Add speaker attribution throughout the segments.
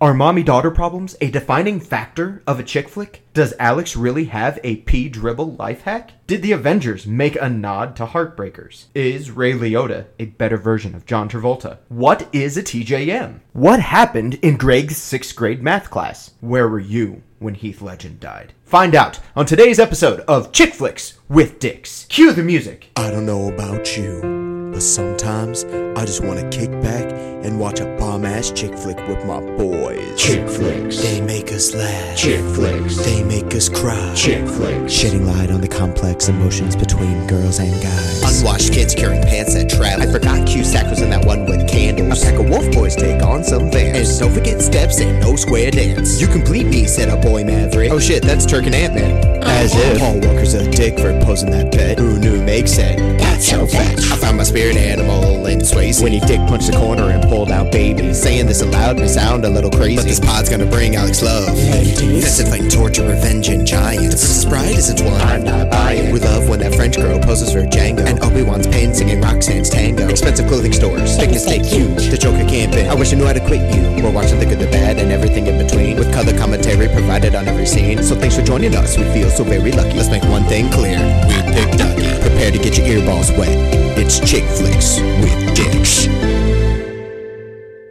Speaker 1: Are mommy daughter problems a defining factor of a chick flick? Does Alex really have a P dribble life hack? Did the Avengers make a nod to Heartbreakers? Is Ray Liotta a better version of John Travolta? What is a TJM? What happened in Greg's sixth grade math class? Where were you when Heath Legend died? Find out on today's episode of Chick Flicks with Dicks. Cue the music.
Speaker 2: I don't know about you, but sometimes I just want to kick back and watch a bomb ass chick flick with my boys.
Speaker 3: Chick flicks.
Speaker 2: They make us laugh.
Speaker 3: Chick flicks.
Speaker 2: They make us cry.
Speaker 3: Chick flicks.
Speaker 2: Shedding light on the complex emotions between girls and guys.
Speaker 4: Unwashed kids carrying pants that travel. I forgot Cusack was in that one with candles. A pack of wolf boys take on some vans. And don't forget steps and no square dance. You complete me, said a boy maverick. Oh shit, that's Turk and Ant Man.
Speaker 2: As if Paul Walker's a dick for posing that bet.
Speaker 4: Who knew makes it?
Speaker 3: That's so fetch.
Speaker 4: I found my spirit animal in Swayze
Speaker 2: When he dick punched the corner and pulled out baby.
Speaker 4: Saying this aloud may sound a little crazy, but this pod's gonna bring Alex love. That's it, like torture, revenge, and giants. The Princess Bride is entwined.
Speaker 3: I'm not buying.
Speaker 4: We love when that French girl poses for Django, and Obi Wan's pen singing Roxanne's tango. Expensive clothing stores, chicken steak huge. The Joker camping. I wish I knew how to quit you. We're watching the good, the bad, and everything in between, with color commentary provided on every scene. So thanks for joining us. We feel so very lucky. Let's make one thing clear: we picked Ducky. Prepare to get your earballs wet. It's chick flicks with dicks.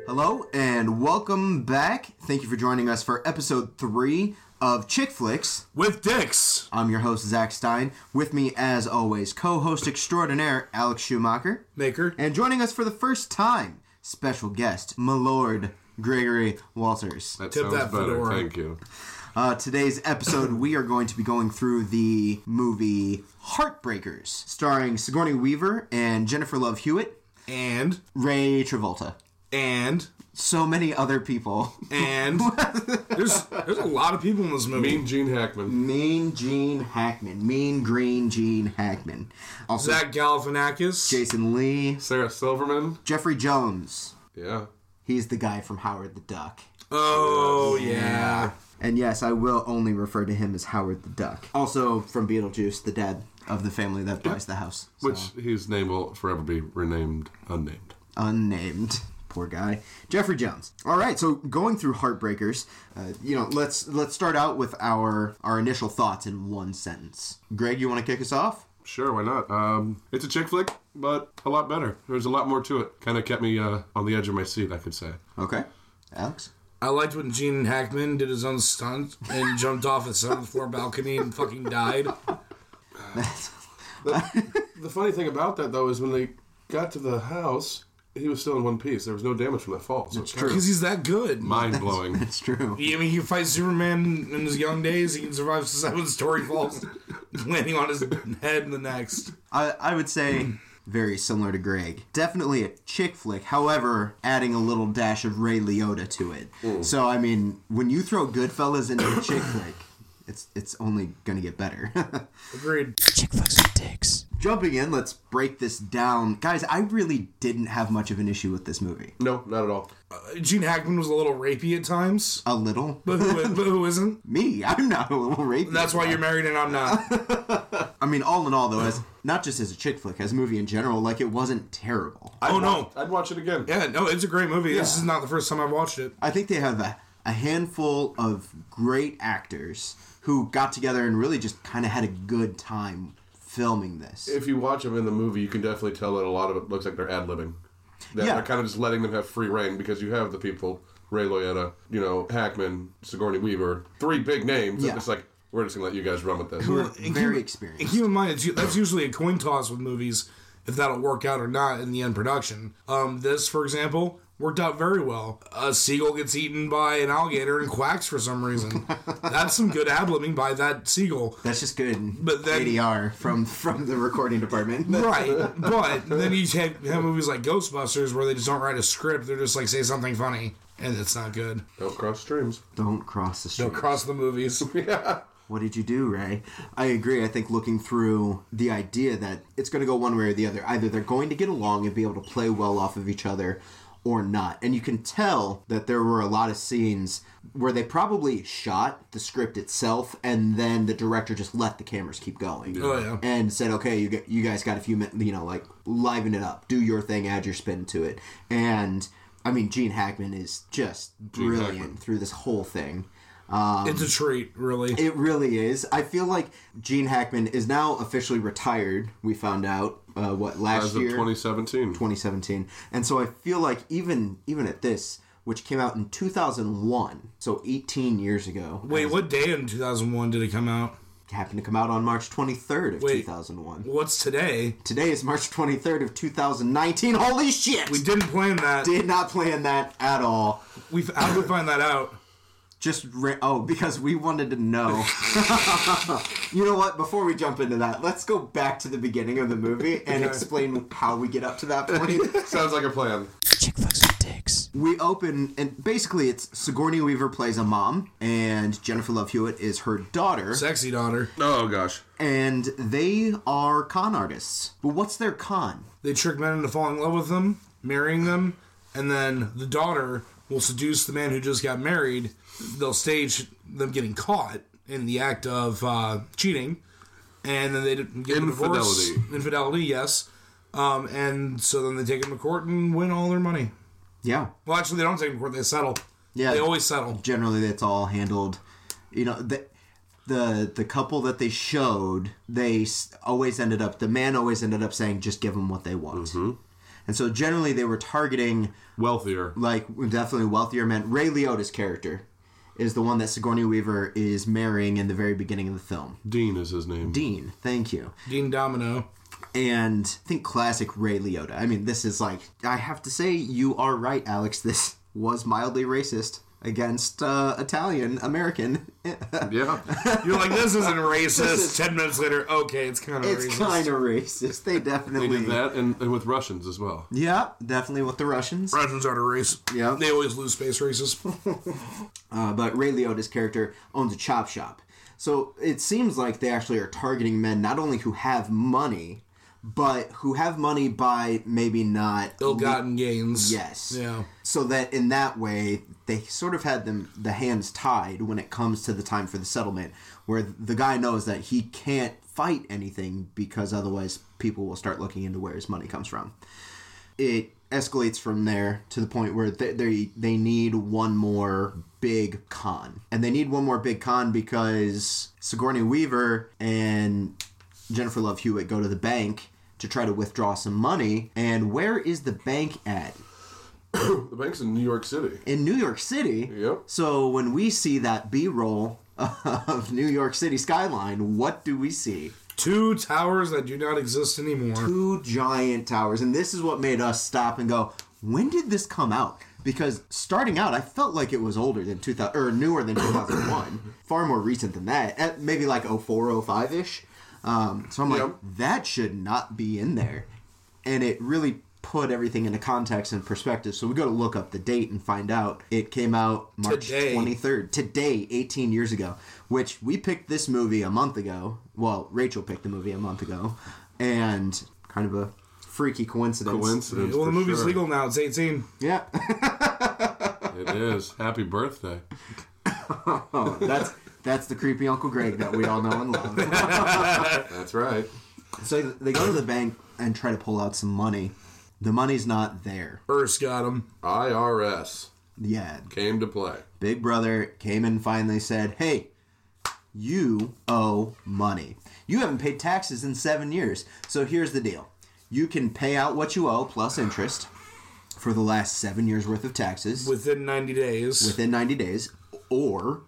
Speaker 5: Hello and welcome back. Thank you for joining us for episode three of Chick Flicks.
Speaker 6: with dicks.
Speaker 5: I'm your host, Zach Stein. With me, as always, co host extraordinaire Alex Schumacher.
Speaker 6: Maker.
Speaker 5: And joining us for the first time, special guest, Milord Gregory Walters.
Speaker 7: That
Speaker 6: Tip
Speaker 7: sounds
Speaker 6: that
Speaker 7: better.
Speaker 6: fedora.
Speaker 7: Thank you.
Speaker 5: Uh, today's episode, we are going to be going through the movie Heartbreakers, starring Sigourney Weaver and Jennifer Love Hewitt,
Speaker 6: And
Speaker 5: Ray Travolta.
Speaker 6: and
Speaker 5: So many other people.
Speaker 6: and there's there's a lot of people in this movie.
Speaker 7: Mean Gene Hackman.
Speaker 5: Mean Gene Hackman. Mean Green Gene Hackman. Also,
Speaker 6: Zach Galifianakis.
Speaker 5: Jason Lee.
Speaker 7: Sarah Silverman.
Speaker 5: Jeffrey Jones.
Speaker 7: Yeah.
Speaker 5: He's the guy from Howard the Duck.
Speaker 6: oh yeah.
Speaker 5: And yes, I will only refer to him as Howard the Duck. Also from Beetlejuice, the dad of the family that buys the house. So,
Speaker 7: Which his name will forever be renamed unnamed.
Speaker 5: unnamed. Poor guy, Jeffrey Jones. All right, so going through Heartbreakers, uh, you know, let's let's start out with our our initial thoughts in one sentence. Greg, you want to kick us off?
Speaker 7: Sure, why not? Um, it's a chick flick, but a lot better. There's a lot more to it. Kind of kept me uh, on the edge of my seat, I could say.
Speaker 5: Okay, Alex.
Speaker 6: I liked when Gene Hackman did his own stunt and jumped off a seventh floor balcony and fucking died.
Speaker 7: The funny thing about that though is when they got to the house, he was still in one piece. There was no damage from that fall. So it's
Speaker 5: true.
Speaker 6: Because he's that good.
Speaker 7: Mind blowing.
Speaker 5: That's true.
Speaker 6: I mean, he fights Superman in his young days. He can survive seven story falls, landing on his head in the next.
Speaker 5: I, I would say very similar to Greg. Definitely a chick flick, however, adding a little dash of Ray Liotta to it. So I mean, when you throw Goodfellas into a chick flick, it's it's only gonna get better.
Speaker 6: Agreed.
Speaker 5: Jumping in, let's break this down, guys. I really didn't have much of an issue with this movie.
Speaker 7: no, not at all.
Speaker 6: Uh, Gene Hackman was a little rapey at times,
Speaker 5: A little,
Speaker 6: but who, but who isn't?
Speaker 5: me, I'm not a little rapey.
Speaker 6: That's why you're married and I'm not.
Speaker 5: I mean, all in all, though, as not just as a chick flick, as a movie in general, like it wasn't terrible.
Speaker 7: I'd
Speaker 6: Oh,
Speaker 7: wa-
Speaker 6: no.
Speaker 7: I'd watch it again.
Speaker 6: Yeah, no, it's a great movie. This is not the first time I've watched it.
Speaker 5: I think they have a, a handful of great actors who got together and really just kind of had a good time filming this.
Speaker 7: If you watch them in the movie, you can definitely tell that a lot of it looks like they're ad libbing. That
Speaker 5: Yeah.
Speaker 7: They're kind of just letting them have free reign because you have the people Ray Loyetta, you know, Hackman, Sigourney Weaver, three big names.
Speaker 5: Yeah.
Speaker 7: And it's like, we're just going to let you guys run with this.
Speaker 5: Who are
Speaker 6: And
Speaker 5: very
Speaker 6: keep- And
Speaker 5: experienced.
Speaker 6: keep in mind, it's, that's usually a coin toss with movies if that'll work out or not in the end production. Um, this, for example, worked out very well. A seagull gets eaten by an alligator and quacks for some reason. That's some good ad libbing by that seagull.
Speaker 5: That's just good.
Speaker 6: But then-
Speaker 5: ADR from from the recording department.
Speaker 6: Right, but then you have, have movies like Ghostbusters where they just don't write a script; they're just like say something funny, and it's not good.
Speaker 7: Don't cross streams.
Speaker 5: Don't cross the street.
Speaker 6: Across the movies,
Speaker 5: What did you do, Ray? I agree. I think looking through the idea that it's going to go one way or the other. Either they're going to get along and be able to play well off of each other or not. And you can tell that there were a lot of scenes where they probably shot the script itself and then the director just let the cameras keep going.
Speaker 6: Oh, yeah.
Speaker 5: And said, "Okay, you got, you guys got a few minutes, you know, like liven it up. Do your thing, add your spin to it." And I mean, Gene Hackman is just brilliant
Speaker 7: Hackman.
Speaker 5: through this whole thing. Um,
Speaker 6: It's a treat, really.
Speaker 5: it really is. I feel like Gene Hackman is now officially retired. We found out uh, what last
Speaker 7: As of
Speaker 5: year,
Speaker 7: 2017.
Speaker 5: 2017, and so I feel like even even at this, which came out in 2001, so 18 years ago.
Speaker 6: Wait, what day in 2001 did it come out?
Speaker 5: happened to come out on March 23rd of
Speaker 6: Wait.
Speaker 5: 2001.
Speaker 6: What's today?
Speaker 5: Today is March 23rd of 2019. Holy shit!
Speaker 6: We didn't plan that.
Speaker 5: did not plan that at all.
Speaker 6: We how did we find that out?
Speaker 5: Just ra- oh, because we wanted to know. you know what? Before we jump into that, let's go back to the beginning of the movie and explain how we get up to that point.
Speaker 7: Sounds like a plan.
Speaker 4: Chick flicks with dicks.
Speaker 5: we open and basically it's Sigourney Weaver plays a mom and Jennifer Love Hewitt is her daughter.
Speaker 6: Sexy daughter.
Speaker 7: Oh gosh.
Speaker 5: and they are con artists. But what's their con?
Speaker 6: They trick men into falling in love with them, marrying them, and then the daughter will seduce the man who just got married. They'll stage them getting caught in the act of uh, cheating, and then they d- get a divorce.
Speaker 7: Infidelity.
Speaker 6: Infidelity, yes. Um, and so then they take him to court and win all their money.
Speaker 5: Yeah.
Speaker 6: Well, actually, they don't take him to court; they settle.
Speaker 5: Yeah.
Speaker 6: they always settle.
Speaker 5: generally that's all handled you know the the the couple that they showed they s- always ended up the man always ended up saying just give them what they want and so generally they were targeting
Speaker 7: Wealthier.
Speaker 5: like definitely wealthier men ray liotta's character is the one that sigourney weaver is marrying in the very beginning of the film
Speaker 7: Dean is his name.
Speaker 5: dean thank you
Speaker 6: Dean Domino.
Speaker 5: and i think classic ray liotta i mean this is like i have to say you are right alex this was mildly racist against uh, italian american
Speaker 7: Yeah.
Speaker 6: You're like, this isn't racist. Ten minutes later, okay, it's kind of
Speaker 5: It's
Speaker 6: racist.
Speaker 5: kind of racist. They definitely.
Speaker 7: They did that and, and with Russians as well.
Speaker 5: Yeah, definitely with the Russians.
Speaker 6: Russians are the race.
Speaker 5: Yeah.
Speaker 6: they always lose space races.
Speaker 5: Uh, but Ray Liotta's character owns a chop shop. So it seems like they actually are targeting men not only who have money, but who have money by maybe not.
Speaker 6: Ill-gotten gains.
Speaker 5: Yes.
Speaker 6: Yeah.
Speaker 5: So that in that way, they sort of had them the hands tied when it comes to the time for the settlement, where the guy knows that he can't fight anything because otherwise people will start looking into where his money comes from. It escalates from there to the point where they they, they need one more big con, and they need one more big con because Sigourney Weaver and Jennifer Love Hewitt go to the bank to try to withdraw some money. And where is the bank at?
Speaker 7: The bank's in New York City.
Speaker 5: in New York City.
Speaker 7: Yep.
Speaker 5: So when we see that B roll of New York City skyline, what do we see?
Speaker 6: Two towers that do not exist anymore.
Speaker 5: Two giant towers. And this is what made us stop and go, when did this come out? Because starting out, I felt like it was older than 2000 or newer than 2001, far more recent than that, at maybe like 04, 05 ish. Um, so I'm like,
Speaker 7: Yep.
Speaker 5: that should not be in there. And it really put everything into context and perspective. So we go to look up the date and find out it came out March
Speaker 6: Today.
Speaker 5: 23rd, today, 18 years ago, which we picked this movie a month ago. Well, Rachel picked the movie a month ago. And kind of a freaky coincidence.
Speaker 7: Coincidence.
Speaker 6: Well, the
Speaker 7: for
Speaker 6: movie's
Speaker 7: sure.
Speaker 6: legal now. It's 18.
Speaker 5: Yeah.
Speaker 7: It is. Happy birthday.
Speaker 5: Oh, that's that's the creepy Uncle Greg that we all know and love.
Speaker 7: That's right.
Speaker 5: so they go to the bank and try to pull out some money. The money's not there.
Speaker 6: Earth's got him.
Speaker 7: IRS
Speaker 5: Yeah,
Speaker 7: came to play.
Speaker 5: Big Brother came and finally said, "Hey, you owe money. You haven't paid taxes in seven years. So here's the deal: you can pay out what you owe plus interest for the last seven years worth of taxes
Speaker 6: Within 90 days.
Speaker 5: within 90 days, or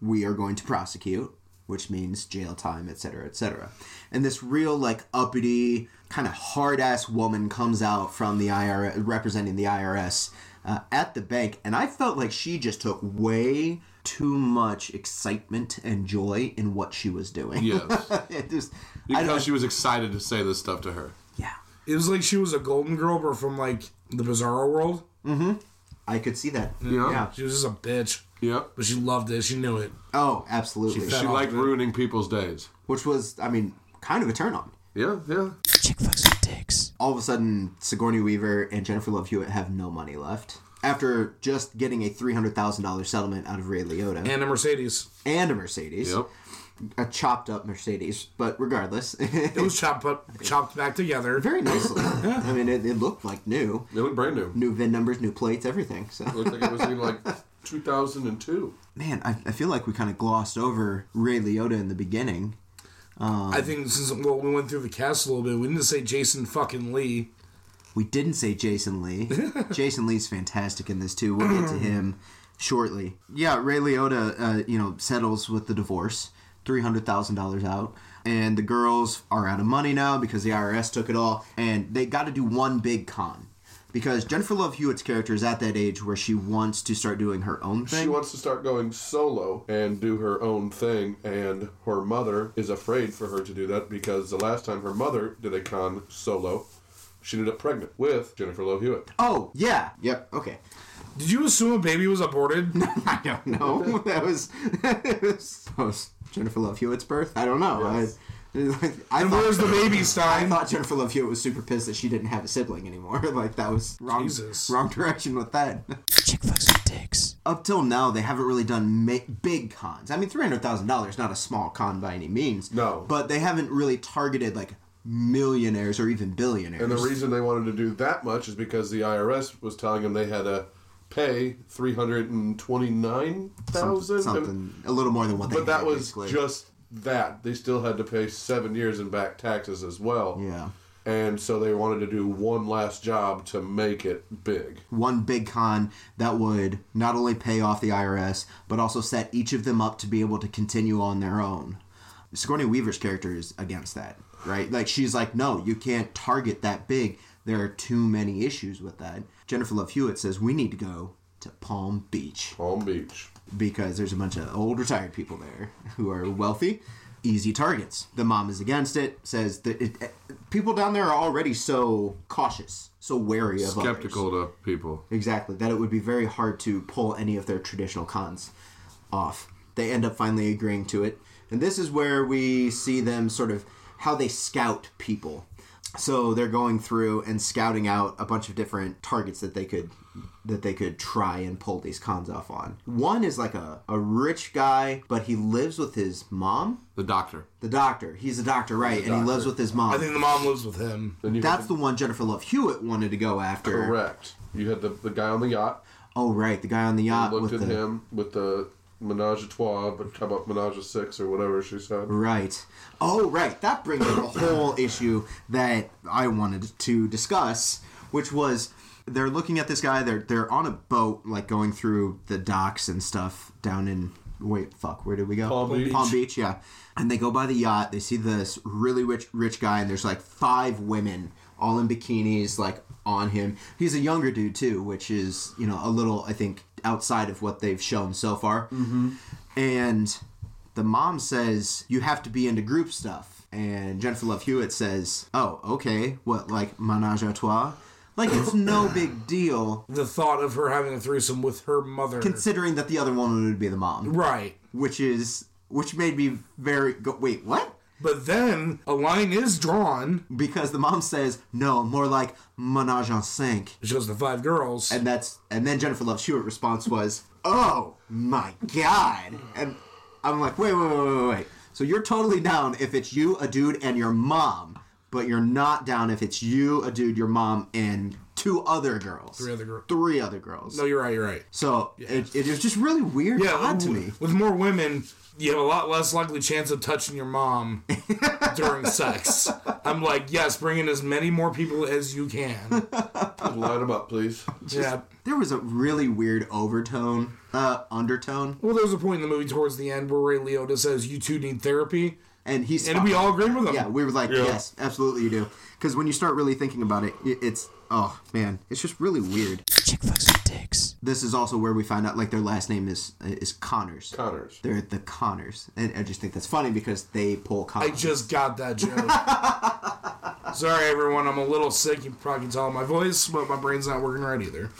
Speaker 5: we are going to prosecute." Which means jail time, etc., etc. And this real, like, uppity, kind of hard ass woman comes out from the IRS, representing the IRS uh, at the bank. And I felt like she just took way too much excitement and joy in what she was doing.
Speaker 7: Yes.
Speaker 5: it just,
Speaker 7: You
Speaker 5: I
Speaker 7: can tell
Speaker 5: don't,
Speaker 7: she was excited to say this stuff to her.
Speaker 5: yeah,
Speaker 6: it was like she was a golden girl, but from like the Bizarro world.
Speaker 5: I could see that.
Speaker 7: Yeah.
Speaker 6: She was just a bitch.
Speaker 7: Yep.
Speaker 6: But she loved it. She knew it.
Speaker 5: Oh, absolutely.
Speaker 6: fell-
Speaker 7: She liked ruining people's days.
Speaker 5: Which was, I mean, kind of a turn on.
Speaker 7: Yeah, yeah.
Speaker 4: Chick flicks with dicks.
Speaker 5: all of a sudden Sigourney Weaver and Jennifer Love Hewitt have no money left after just getting a three hundred thousand dollars settlement out of Ray Liotta and,
Speaker 6: And a Mercedes.
Speaker 5: a Mercedes.
Speaker 7: Yep.
Speaker 5: a chopped up Mercedes, but regardless,
Speaker 6: It was chopped up, chopped back together.
Speaker 5: very nicely. I mean, it, it looked like new,
Speaker 7: They look brand new.
Speaker 5: new VIN numbers, new plates, everything. So
Speaker 7: It looks like it was in like 2002.
Speaker 5: man, I, I feel like we kind of glossed over Ray Liotta in the beginning.
Speaker 6: I think since well, we went through the cast a little bit, we didn't say Jason fucking Lee.
Speaker 5: We didn't say Jason Lee. Jason Lee's fantastic in this too. We'll get to him shortly. Yeah, Ray Liotta, uh, you know, settles with the divorce, three hundred thousand dollars out, and the girls are out of money now because the IRS took it all, and they got to do one big con. Because Jennifer Love Hewitt's character is at that age where she wants to start doing her own thing.
Speaker 7: She wants to start going solo and do her own thing, and her mother is afraid for her to do that because the last time her mother did a con solo, she ended up pregnant with Jennifer Love Hewitt.
Speaker 5: oh, yeah. Yep. Okay.
Speaker 6: Did you assume a baby was aborted?
Speaker 5: I don't know. That was that was, that was Jennifer Love Hewitt's birth. I don't know. I, I
Speaker 6: And
Speaker 5: thought,
Speaker 6: where's the baby,
Speaker 5: I
Speaker 6: Stein?
Speaker 5: thought Jennifer Love Hewitt was super pissed that she didn't have a sibling anymore. Like that was wrong
Speaker 6: Jesus.
Speaker 5: wrong direction with that.
Speaker 4: Chick flicks with dicks.
Speaker 5: Up till now, they haven't really done ma- big cons. I mean, three hundred thousand dollars not a small con by any means.
Speaker 7: No.
Speaker 5: but they haven't really targeted like millionaires or even billionaires.
Speaker 7: And the reason they wanted to do that much is because the IRS was telling them they had to pay three hundred and twenty nine
Speaker 5: something,
Speaker 7: thousand.
Speaker 5: something- a little more than what they.
Speaker 7: But that
Speaker 5: had,
Speaker 7: was
Speaker 5: basically.
Speaker 7: just that. They still had to pay seven years in back taxes as well.
Speaker 5: Yeah.
Speaker 7: And so they wanted to do one last job to make it big.
Speaker 5: one big con that would not only pay off the IRS, but also set each of them up to be able to continue on their own. Sigourney Weaver's character is against that, right? Like, she's like, no, you can't target that big. There are too many issues with that. Jennifer Love Hewitt says, we need to go to Palm Beach
Speaker 7: Palm Beach.
Speaker 5: because there's a bunch of old retired people there who are wealthy, easy targets. The mom is against it, says that it, people down there are already so cautious, so wary of others
Speaker 7: Skeptical to people.
Speaker 5: exactly that it would be very hard to pull any of their traditional cons off they end up finally agreeing to it and this is where we see them sort of how they scout people so they're going through and scouting out a bunch of different targets that they could that they could try and pull these cons off on one is like a, a rich guy but he lives with his mom
Speaker 8: The doctor.
Speaker 5: the doctor he's a doctor right and he lives with his mom
Speaker 6: I think the mom lives with him.
Speaker 7: Then you
Speaker 5: that's the one jennifer love hewitt wanted to go after
Speaker 7: correct. You had the, the guy on the yacht.
Speaker 5: oh right the guy on the
Speaker 7: You
Speaker 5: yacht
Speaker 7: looked
Speaker 5: with
Speaker 7: at
Speaker 5: the
Speaker 7: him with the menage a trois, but how about menage a six or whatever she said.
Speaker 5: Right. Oh, right. That brings up a whole issue that I wanted to discuss, which was they're looking at this guy. They're they're on a boat, like going through the docks and stuff down in wait, fuck, where did we go?
Speaker 7: Palm Beach.
Speaker 5: Palm Beach, yeah. And they go by the yacht. They see this really rich rich guy, and there's like five women all in bikinis, like on him. He's a younger dude too, which is you know a little I think outside of what they've shown so far. Mm-hmm. And the mom says you have to be into group stuff, and Jennifer Love Hewitt says, "Oh, okay, what like menage a trois? Like it's no big deal."
Speaker 6: The thought of her having a threesome with her mother.
Speaker 5: Considering that the other one would be the mom,
Speaker 6: right.
Speaker 5: which is which made me very go, wait, what?
Speaker 6: But then a line is drawn.
Speaker 5: because the mom says no, more like menage en cinq,
Speaker 6: She goes to five girls.
Speaker 5: and that's and then Jennifer Love Hewitt's response was, "Oh my god!" And I'm like, wait, wait, wait, wait, wait. So you're totally down if it's you, a dude, and your mom, but you're not down if it's you, a dude, your mom, and two other girls, three
Speaker 6: other girl-
Speaker 5: three other girls.
Speaker 6: no, you're right. You're right.
Speaker 5: so it, it was just really weird,
Speaker 6: Yeah,
Speaker 5: odd to
Speaker 6: w-
Speaker 5: me.
Speaker 6: With more women, you have a lot less likely chance of touching your mom during sex. I'm like, yes, bring in as many more people as you can.
Speaker 7: Just line them up, please.
Speaker 6: yeah.
Speaker 5: There was a really weird overtone, uh, undertone,
Speaker 6: Well, there's a point in the movie towards the end where Ray Liotta says, "You two need therapy,"
Speaker 5: and he's
Speaker 6: and we all agree with him.
Speaker 5: Yeah, we were like, yes, absolutely you do. Because when you start really thinking about it, it, it's oh man, it's just really weird.
Speaker 4: Chick flicks with dicks.
Speaker 5: This is also where we find out like their last name is is Connors.
Speaker 7: Connors.
Speaker 5: They're the Connors, and I just think that's funny because they pull
Speaker 6: I
Speaker 5: Connors.
Speaker 6: just got that joke. Sorry, everyone. I'm a little sick. You probably can tell in my voice, but my brain's not working right either.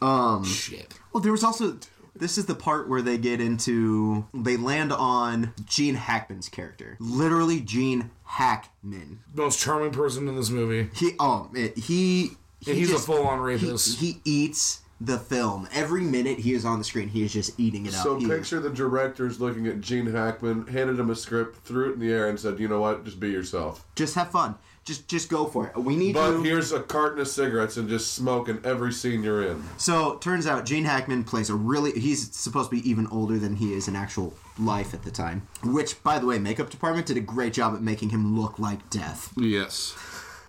Speaker 6: Um, shit.
Speaker 5: well, there was also this is the part where they get into they land on Gene Hackman's character, literally Gene Hackman.
Speaker 6: Most charming person in this movie.
Speaker 5: He oh man, he, he
Speaker 6: he's a
Speaker 5: just-
Speaker 6: full-on
Speaker 5: he-
Speaker 6: rapist.
Speaker 5: He, eats the film. Every minute he is on the screen, he is just eating it up.
Speaker 7: So
Speaker 5: He-
Speaker 7: picture the directors looking at Gene Hackman, handed him a script, threw it in the air, and said, "You know what? Just be yourself."
Speaker 5: just have fun. Just just go for it. We need
Speaker 7: But
Speaker 5: you.
Speaker 7: here's a carton of cigarettes and just smoking every scene you're in.
Speaker 5: So turns out Gene Hackman plays a really he's supposed to be even older than he is in actual life at the time. Which, by the way, makeup department did a great job at making him look like death.
Speaker 7: Yes.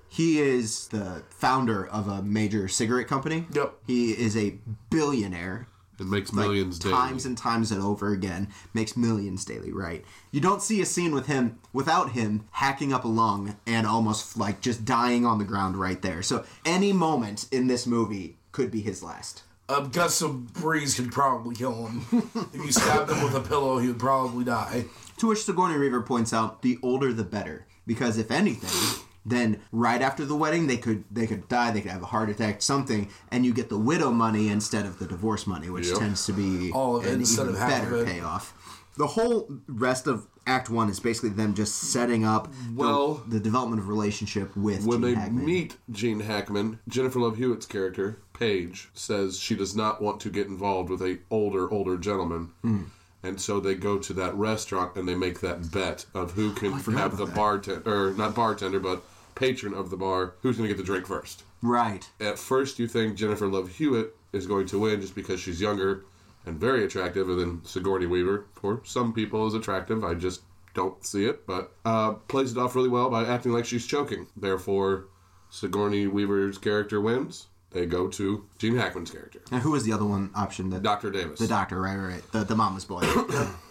Speaker 5: He is the founder of a major cigarette company.
Speaker 7: Yep.
Speaker 5: He is a billionaire.
Speaker 7: It makes
Speaker 5: like,
Speaker 7: millions daily.
Speaker 5: times and times and over again. Makes millions daily, right? You don't see a scene with him without him hacking up a lung and almost like just dying on the ground right there. So any moment in this movie could be his last.
Speaker 6: A gust of breeze could probably kill him. if you stabbed him with a pillow, he would probably die.
Speaker 5: To which Sigourney Weaver points out, the older the better, because if anything, then right after the wedding they could they could die, they could have a heart attack, something, and you get the widow money instead of the divorce money, which
Speaker 7: Yep.
Speaker 5: tends to be
Speaker 6: All of it
Speaker 5: an
Speaker 6: Oh, instead
Speaker 5: even
Speaker 6: of half of
Speaker 5: better
Speaker 6: it.
Speaker 5: payoff. The whole rest of Act One is basically them just setting up the-
Speaker 7: Well-
Speaker 5: the, development of relationship with
Speaker 7: When
Speaker 5: Gene
Speaker 7: they
Speaker 5: Hackman.
Speaker 7: meet Gene Hackman, Jennifer Love Hewitt's character, Paige, says she does not want to get involved with a older, older gentleman.
Speaker 5: Hmm.
Speaker 7: And so they go to that restaurant and they make that bet of who
Speaker 5: Oh,
Speaker 7: can have the bartender, or not bartender, but patron of the bar, who's going to get the drink first.
Speaker 5: right.
Speaker 7: At first, you think Jennifer Love Hewitt is going to win just because she's younger and very attractive, and then Sigourney Weaver, for some people, is attractive. I just don't see it, but uh, plays it off really well by acting like she's choking. Therefore, Sigourney Weaver's character wins. They go to Gene Hackman's character,
Speaker 5: And who was the other one option that
Speaker 7: Dr. Davis.
Speaker 5: The doctor, right, right, right. The, the mama's boy.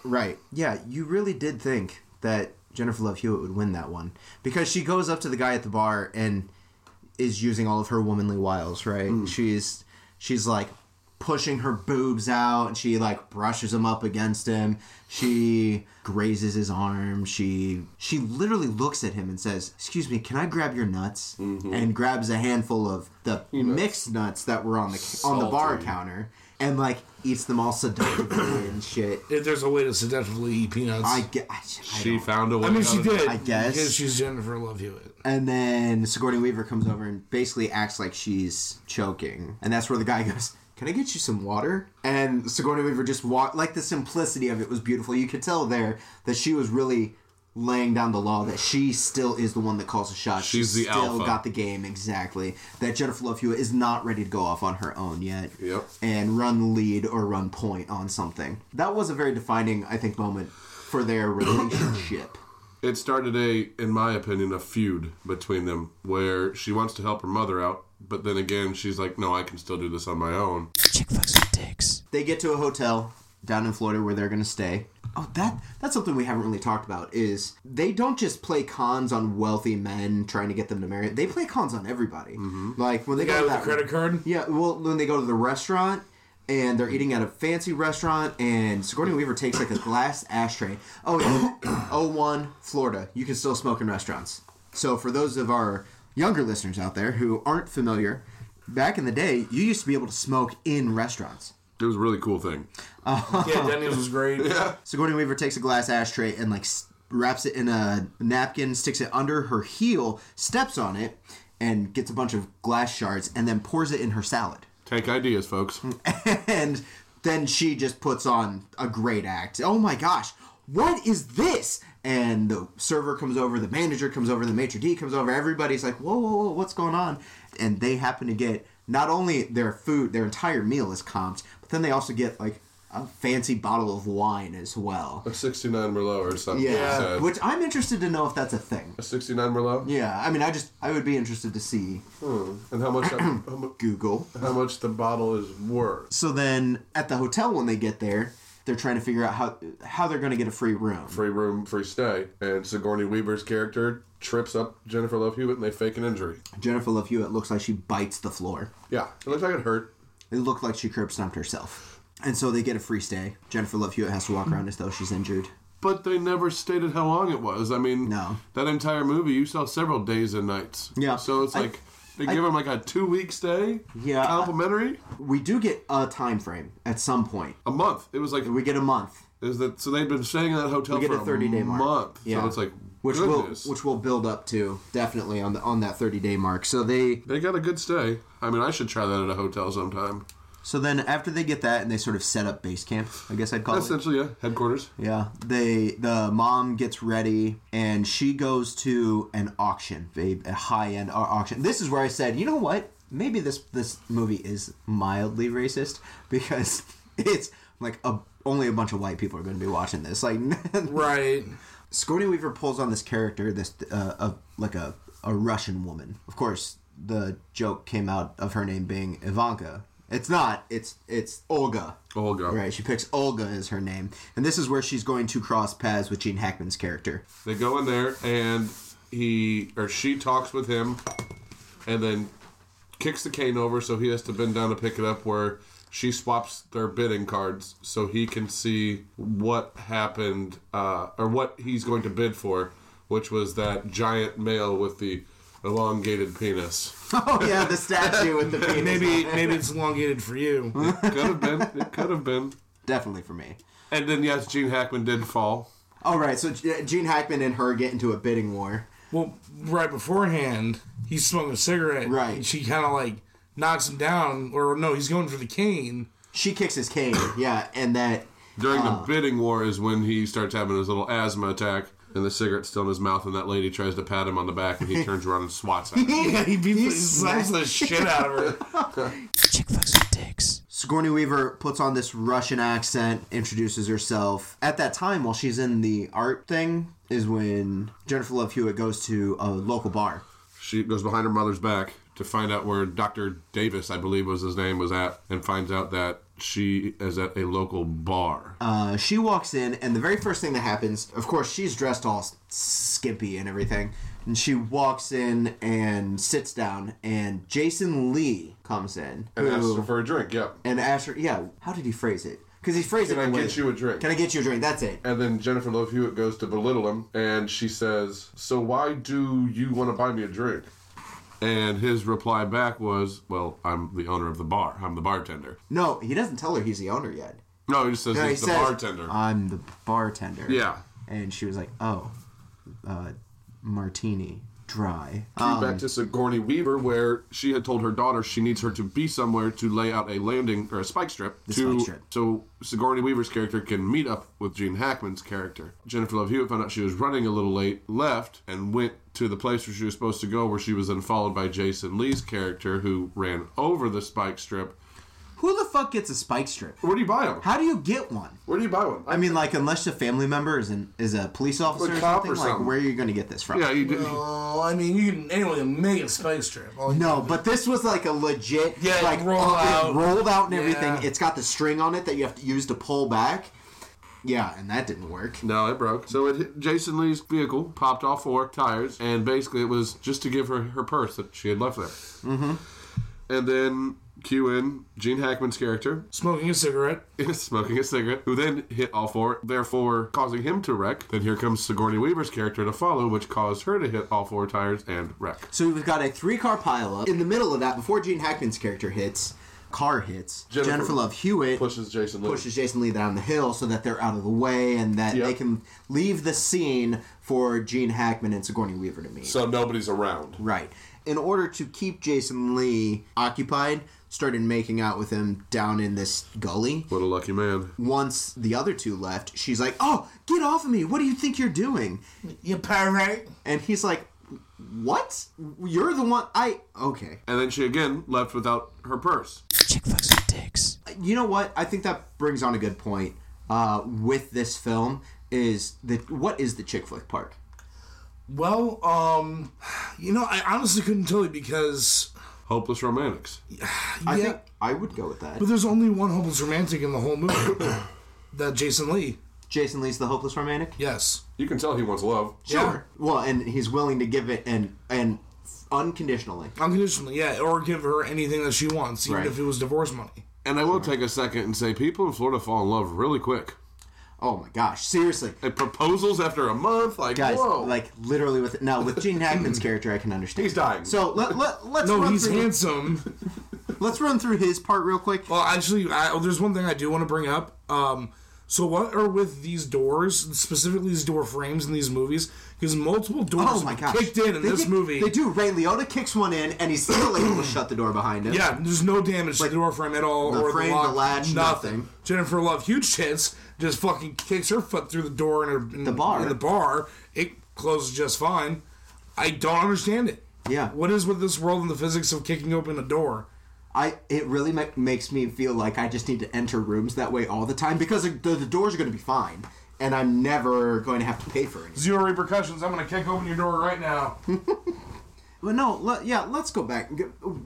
Speaker 5: right. Yeah, you really did think that Jennifer Love Hewitt would win that one. Because she goes up to the guy at the bar and is using all of her womanly wiles, right?
Speaker 7: Mm.
Speaker 5: She's she's like pushing her boobs out and she like brushes them up against him. She grazes his arm. She she literally looks at him and says, "Excuse me, can I grab your nuts?"
Speaker 7: Mm-hmm.
Speaker 5: and grabs a handful of the mixed nuts that were on the on the bar
Speaker 7: Salty.
Speaker 5: counter and like eats them all seductively and shit.
Speaker 6: If there's a way to seductively eat peanuts.
Speaker 5: I
Speaker 6: I,
Speaker 5: get. I, I
Speaker 7: she
Speaker 5: don't-
Speaker 7: found a way.
Speaker 6: mean,
Speaker 7: out
Speaker 6: she
Speaker 7: of it.
Speaker 6: did.
Speaker 5: I guess.
Speaker 6: Because she's Jennifer Love Hewitt.
Speaker 5: And then Sigourney Weaver comes over and basically acts like she's choking. And that's where the guy goes, Can I get you some water? And Sigourney Weaver just walked, like the simplicity of it was beautiful. You could tell there that she was really laying down the law that she still is the one that calls the shots.
Speaker 7: She's
Speaker 5: she
Speaker 7: the
Speaker 5: still
Speaker 7: alpha.
Speaker 5: got the game, exactly. That Jennifer Love Hewitt is not ready to go off on her own yet
Speaker 7: Yep.
Speaker 5: and run lead or run point on something. That was a very defining, I think, moment for their relationship.
Speaker 7: It started a, in my opinion, a feud between them where she wants to help her mother out, but then again, she's like, no, I can still do this on my own.
Speaker 4: Chick flicks with dicks.
Speaker 5: they get to a hotel down in Florida where they're going to stay. Oh, that that's something we haven't really talked about is they don't just play cons on wealthy men trying to get them to marry. They play cons on everybody. Like when they
Speaker 6: Mm-hmm. The guy
Speaker 5: go to
Speaker 6: with the
Speaker 5: that
Speaker 6: credit card?
Speaker 5: Yeah, well, when they go to the restaurant and they're eating at a fancy restaurant and Sigourney Weaver takes like a glass ashtray. Oh, yeah. 01 Florida. You can still smoke in restaurants. So for those of our younger listeners out there who aren't familiar, back in the day, you used to be able to smoke in restaurants.
Speaker 7: It was a really cool thing.
Speaker 6: Yeah, Denny's was great.
Speaker 5: Sigourney Weaver takes a glass ashtray and like s- wraps it in a napkin, sticks it under her heel, steps on it, and gets a bunch of glass shards, and then pours it in her salad.
Speaker 7: Take ideas, folks.
Speaker 5: And then she just puts on a great act. Oh my gosh, what is this? And the server comes over, the manager comes over, the maitre d comes over. Everybody's like, whoa, whoa, whoa, what's going on? And they happen to get not only their food, their entire meal is comped, but then they also get like a fancy bottle of wine as well.
Speaker 7: 69 Merlot or something.
Speaker 5: Yeah,
Speaker 7: so-
Speaker 5: which I'm interested to know if that's a thing.
Speaker 7: 69 Merlot?
Speaker 5: Yeah, I mean, I just I would be interested to see
Speaker 7: And how much, that, how, mu-
Speaker 5: Google.
Speaker 7: how much the bottle is worth?
Speaker 5: So then at the hotel when they get there, they're trying to figure out how how they're going to get a free room.
Speaker 7: Free room, free stay. And Sigourney Weaver's character trips up Jennifer Love Hewitt and they fake an injury.
Speaker 5: Jennifer Love Hewitt looks like she bites the floor.
Speaker 7: Yeah, it looks like it hurt.
Speaker 5: It looked like she curb stomped herself. And so they get a free stay. Jennifer Love Hewitt has to walk around as though she's injured.
Speaker 7: But they never stated how long it was. I mean,
Speaker 5: No.
Speaker 7: that entire movie, you saw several days and nights.
Speaker 5: Yeah.
Speaker 7: So it's
Speaker 5: I-
Speaker 7: like, they give him like a two week stay?
Speaker 5: Yeah.
Speaker 7: Complimentary?
Speaker 5: We do get a time frame at some point.
Speaker 7: A month. It was like,
Speaker 5: We get a month.
Speaker 7: is that so they'd been staying in that hotel
Speaker 5: We get
Speaker 7: for
Speaker 5: a 30 day mark.
Speaker 7: month.
Speaker 5: Yeah.
Speaker 7: So it's like,
Speaker 5: Which
Speaker 7: goodness.
Speaker 5: will which will build up to definitely on the on that 30 day mark. So they
Speaker 7: They got a good stay. I mean, I should try that at a hotel sometime.
Speaker 5: So then after they get that and they sort of set up base camp, I guess I'd call it.
Speaker 7: Essentially, yeah, headquarters.
Speaker 5: Yeah, they the mom gets ready and she goes to an auction, a, a high end auction. This is where I said, you know what? Maybe this this movie is mildly racist because it's like a, only a bunch of white people are going to be watching this. Like,
Speaker 6: Right.
Speaker 5: Scorny Weaver pulls on this character, this uh, a, like a a Russian woman. Of course, the joke came out of her name being Ivanka. It's not. It's it's Olga.
Speaker 7: Olga.
Speaker 5: Right. She picks Olga as her name, and this is where she's going to cross paths with Gene Hackman's character.
Speaker 7: They go in there and he or she talks with him and then kicks the cane over so he has to bend down to pick it up where she swaps their bidding cards so he can see what happened uh, or what he's going to bid for, which was that giant male with the elongated penis.
Speaker 5: Oh yeah, the statue with the penis.
Speaker 6: Maybe maybe it's elongated for you.
Speaker 7: Could have been. It could have been.
Speaker 5: Definitely for me.
Speaker 7: And then yes, Gene Hackman did fall.
Speaker 5: All right. So G- Gene Hackman and her get into a bidding war.
Speaker 6: Well, right beforehand, he's smoking a cigarette.
Speaker 5: Right.
Speaker 6: And she kind of like knocks him down, or no, he's going for the cane.
Speaker 5: She kicks his cane. Yeah, and that.
Speaker 7: During the bidding war is when he starts having his little asthma attack, and the cigarete's still in his mouth, and that lady tries to pat him on the back, and he turns around and swats at her.
Speaker 6: Yeah, he beats the, slaps the shit out of her.
Speaker 4: Chick flicks with dicks.
Speaker 5: Sigourney Weaver puts on this Russian accent, introduces herself. At that time, while she's in the art thing, is when Jennifer Love Hewitt goes to a local bar.
Speaker 7: She goes behind her mother's back to find out where Dr. Davis, I believe was his name, was at, and finds out that she is at a local bar.
Speaker 5: Uh, she walks in, and the very first thing that happens, of course, she's dressed all s- skimpy and everything. And she walks in and sits down, and Jason Lee comes in.
Speaker 7: and asks her
Speaker 5: Who,
Speaker 7: for a drink, yeah.
Speaker 5: and Asher, yeah, how did he phrase it? Because he phrased
Speaker 7: Can
Speaker 5: it.
Speaker 7: I
Speaker 5: the way-
Speaker 7: get you a drink?
Speaker 5: Can I get you a drink? That's it.
Speaker 7: And then Jennifer Love Hewitt goes to belittle him, and she says, So why do you want to buy me a drink? And his reply back was, Well, I'm the owner of the bar. I'm the bartender.
Speaker 5: No, he doesn't tell her he's the owner yet.
Speaker 7: No, he just says
Speaker 5: No,
Speaker 7: he's
Speaker 5: he
Speaker 7: the
Speaker 5: says,
Speaker 7: bartender.
Speaker 5: I'm the bartender.
Speaker 7: yeah.
Speaker 5: And she was like, oh, uh, martini, dry.
Speaker 7: back to Sigourney Weaver, where she had told her daughter she needs her to be somewhere to lay out a landing or a spike strip,
Speaker 5: spike
Speaker 7: to,
Speaker 5: strip.
Speaker 7: so Sigourney Weaver's character can meet up with Gene Hackman's character. Jennifer Love Hewitt found out she was running a little late, left, and went to the place where she was supposed to go, where she was then followed by Jason Lee's character, who ran over the spike strip.
Speaker 5: Who the fuck gets a spike strip?
Speaker 7: Where do you buy them?
Speaker 5: How do you get one?
Speaker 7: Where do you buy one?
Speaker 5: I mean, like, unless a family member is an is a police officer
Speaker 7: A
Speaker 5: or
Speaker 7: cop
Speaker 5: something,
Speaker 7: or
Speaker 5: like,
Speaker 7: something.
Speaker 5: where are you going to get this from?
Speaker 7: yeah, you did.
Speaker 6: Oh, I mean, you can anyone can make a spice strip. All you
Speaker 5: No, but this was like a legit,
Speaker 6: Yeah,
Speaker 5: like
Speaker 6: roll
Speaker 5: up and
Speaker 6: out.
Speaker 5: rolled out and everything.
Speaker 6: Yeah.
Speaker 5: It's got the string on it that you have to use to pull back. Yeah, and that didn't work.
Speaker 7: No, it broke. So it hit Jason Lee's vehicle, popped all four tires, and basically it was just to give her her purse that she had left there. Mm-hmm. And then cue in Gene Hackman's character
Speaker 6: smoking a cigarette.
Speaker 7: is smoking a cigarette, who then hit all four, therefore causing him to wreck. Then here comes Sigourney Weaver's character to follow, which caused her to hit all four tires and wreck.
Speaker 5: So we've got a three car pileup. In the middle of that, before Gene Hackman's character hits, car hits, Jennifer,
Speaker 7: Jennifer
Speaker 5: Love Hewitt
Speaker 7: Pushes Jason Lee.
Speaker 5: pushes Jason Lee down the hill so that they're out of the way and that
Speaker 7: Yep.
Speaker 5: they can leave the scene for Gene Hackman and Sigourney Weaver to meet.
Speaker 7: So nobody's around.
Speaker 5: right. In order to keep Jason Lee occupied, started making out with him down in this gully.
Speaker 7: What a lucky man.
Speaker 5: Once the other two left, she's like, "Oh, get off of me! What do you think you're doing?"
Speaker 6: You pirate.
Speaker 5: And he's like, "What? You're the one I okay."
Speaker 7: And then she again left without her purse.
Speaker 4: Chick flicks with dicks.
Speaker 5: you know what? I think that brings on a good point uh, with this film is that what is the chick flick part?
Speaker 6: Well, um, you know, I honestly couldn't tell you because
Speaker 7: Hopeless romantics.
Speaker 5: I
Speaker 6: yeah,
Speaker 5: think I would go with that.
Speaker 6: but there's only one hopeless romantic in the whole movie. that Jason Lee.
Speaker 5: Jason Lee's the hopeless romantic.
Speaker 6: Yes.
Speaker 7: You can tell he wants love.
Speaker 5: Well, and he's willing to give it and and unconditionally.
Speaker 6: Unconditionally, yeah, or give her anything that she wants, even
Speaker 5: Right.
Speaker 6: if it was divorce money.
Speaker 7: And I will take a second and say people in Florida fall in love really quick.
Speaker 5: Oh my gosh! Seriously,
Speaker 7: Like proposals after a month, like
Speaker 5: guys,
Speaker 7: whoa.
Speaker 5: like literally with now with Gene Hackman's character, I can understand.
Speaker 7: He's dying.
Speaker 5: So let, let let's
Speaker 6: No,
Speaker 5: run
Speaker 6: he's
Speaker 5: through,
Speaker 6: handsome.
Speaker 5: let's run through his part real quick.
Speaker 6: oh, well, actually, I, there's one thing I do want to bring up. Um, So what are with these doors, specifically these door frames in these movies? Because multiple doors
Speaker 5: Oh my gosh!
Speaker 6: kicked in in
Speaker 5: They
Speaker 6: this
Speaker 5: did-
Speaker 6: movie.
Speaker 5: They do. Ray Liotta kicks one in, and he's still able to shut the door behind him.
Speaker 6: Yeah, there's no damage to the door frame at all,
Speaker 5: the
Speaker 6: or
Speaker 5: frame,
Speaker 6: the,
Speaker 5: the
Speaker 6: lock,
Speaker 5: latch,
Speaker 6: nothing.
Speaker 5: nothing.
Speaker 6: Jennifer Love, huge shits, just fucking kicks her foot through the door in, her, in
Speaker 5: The bar.
Speaker 6: In the bar, it closes just fine. I don't understand it.
Speaker 5: Yeah.
Speaker 6: what is with this world and the physics of kicking open a door?
Speaker 5: I it really ma- makes me feel like I just need to enter rooms that way all the time because the, the doors are going to be fine, and I'm never going to have to pay for anything.
Speaker 6: Zero repercussions. I'm gonna kick open your door right now.
Speaker 5: But no, let, yeah, let's go back.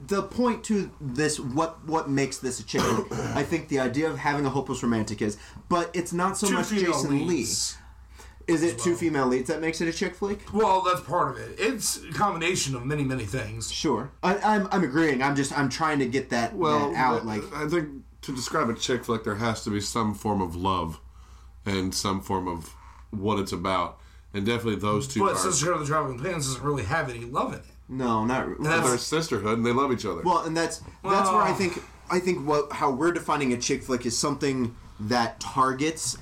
Speaker 5: The point to this, what what makes this a chick flick? I think the idea of having a hopeless romantic is, but it's not so
Speaker 6: Two
Speaker 5: much
Speaker 6: female
Speaker 5: Jason
Speaker 6: leads.
Speaker 5: Lee. Is it two female leads that makes it a chick flick?
Speaker 6: Well, that's part of it. It's a combination of many, many things.
Speaker 5: Sure, I, I'm I'm agreeing. I'm just I'm trying to get that,
Speaker 7: Well,
Speaker 5: that out.
Speaker 7: th-
Speaker 5: Like
Speaker 6: uh,
Speaker 7: I think to describe a chick flick, there has to be some form of love and some form of what it's about, and definitely those two
Speaker 6: But
Speaker 7: are
Speaker 6: since Girl of the Traveling Pants doesn't really have any love in it.
Speaker 5: no, not re-
Speaker 6: That's-
Speaker 7: they're sisterhood and they love each other.
Speaker 5: Well, and that's that's where I think I think what how we're defining a chick flick is something that targets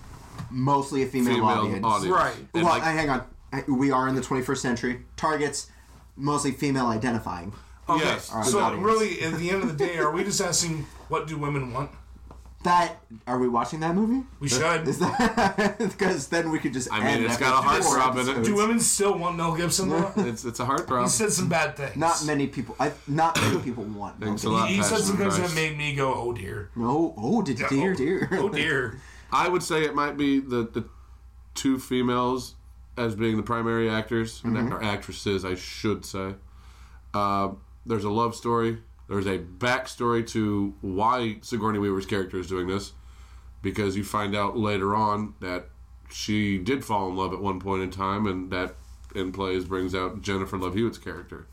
Speaker 5: mostly a female,
Speaker 7: Female
Speaker 5: audience.
Speaker 7: audience.
Speaker 6: Right.
Speaker 7: And
Speaker 5: Well,
Speaker 7: like-
Speaker 5: I, hang on. I- We are in the 21st century. Targets mostly female identifying.
Speaker 6: Okay,
Speaker 7: Yes, the
Speaker 6: so
Speaker 5: audience.
Speaker 6: really, at the end of the day, are we just asking what do women want?
Speaker 5: That are we watching that movie?
Speaker 6: We should.
Speaker 5: Is that because then we could just.
Speaker 7: I
Speaker 5: add
Speaker 7: mean, it's
Speaker 5: that
Speaker 7: got a
Speaker 5: to four
Speaker 7: heartthrob in it.
Speaker 5: episodes.
Speaker 6: Do women still want Mel Gibson? Though? he
Speaker 7: It's it's a heartthrob.
Speaker 6: said some bad things.
Speaker 5: Not many people. I, not many people want.
Speaker 7: Thanks a
Speaker 5: Mel
Speaker 7: lot.
Speaker 6: He said some
Speaker 7: Passion
Speaker 6: things that
Speaker 7: Christ.
Speaker 6: made me go, "Oh dear,
Speaker 5: Gibson. No. Oh, did dear,
Speaker 6: oh,
Speaker 5: dear.
Speaker 6: oh dear."
Speaker 7: I would say it might be the the two females as being the primary actors and or actresses, I should say. Uh, there's a love story. There's a backstory to why Sigourney Weaver's character is doing this, because you find out later on that she did fall in love at one point in time, and that in plays brings out Jennifer Love Hewitt's character.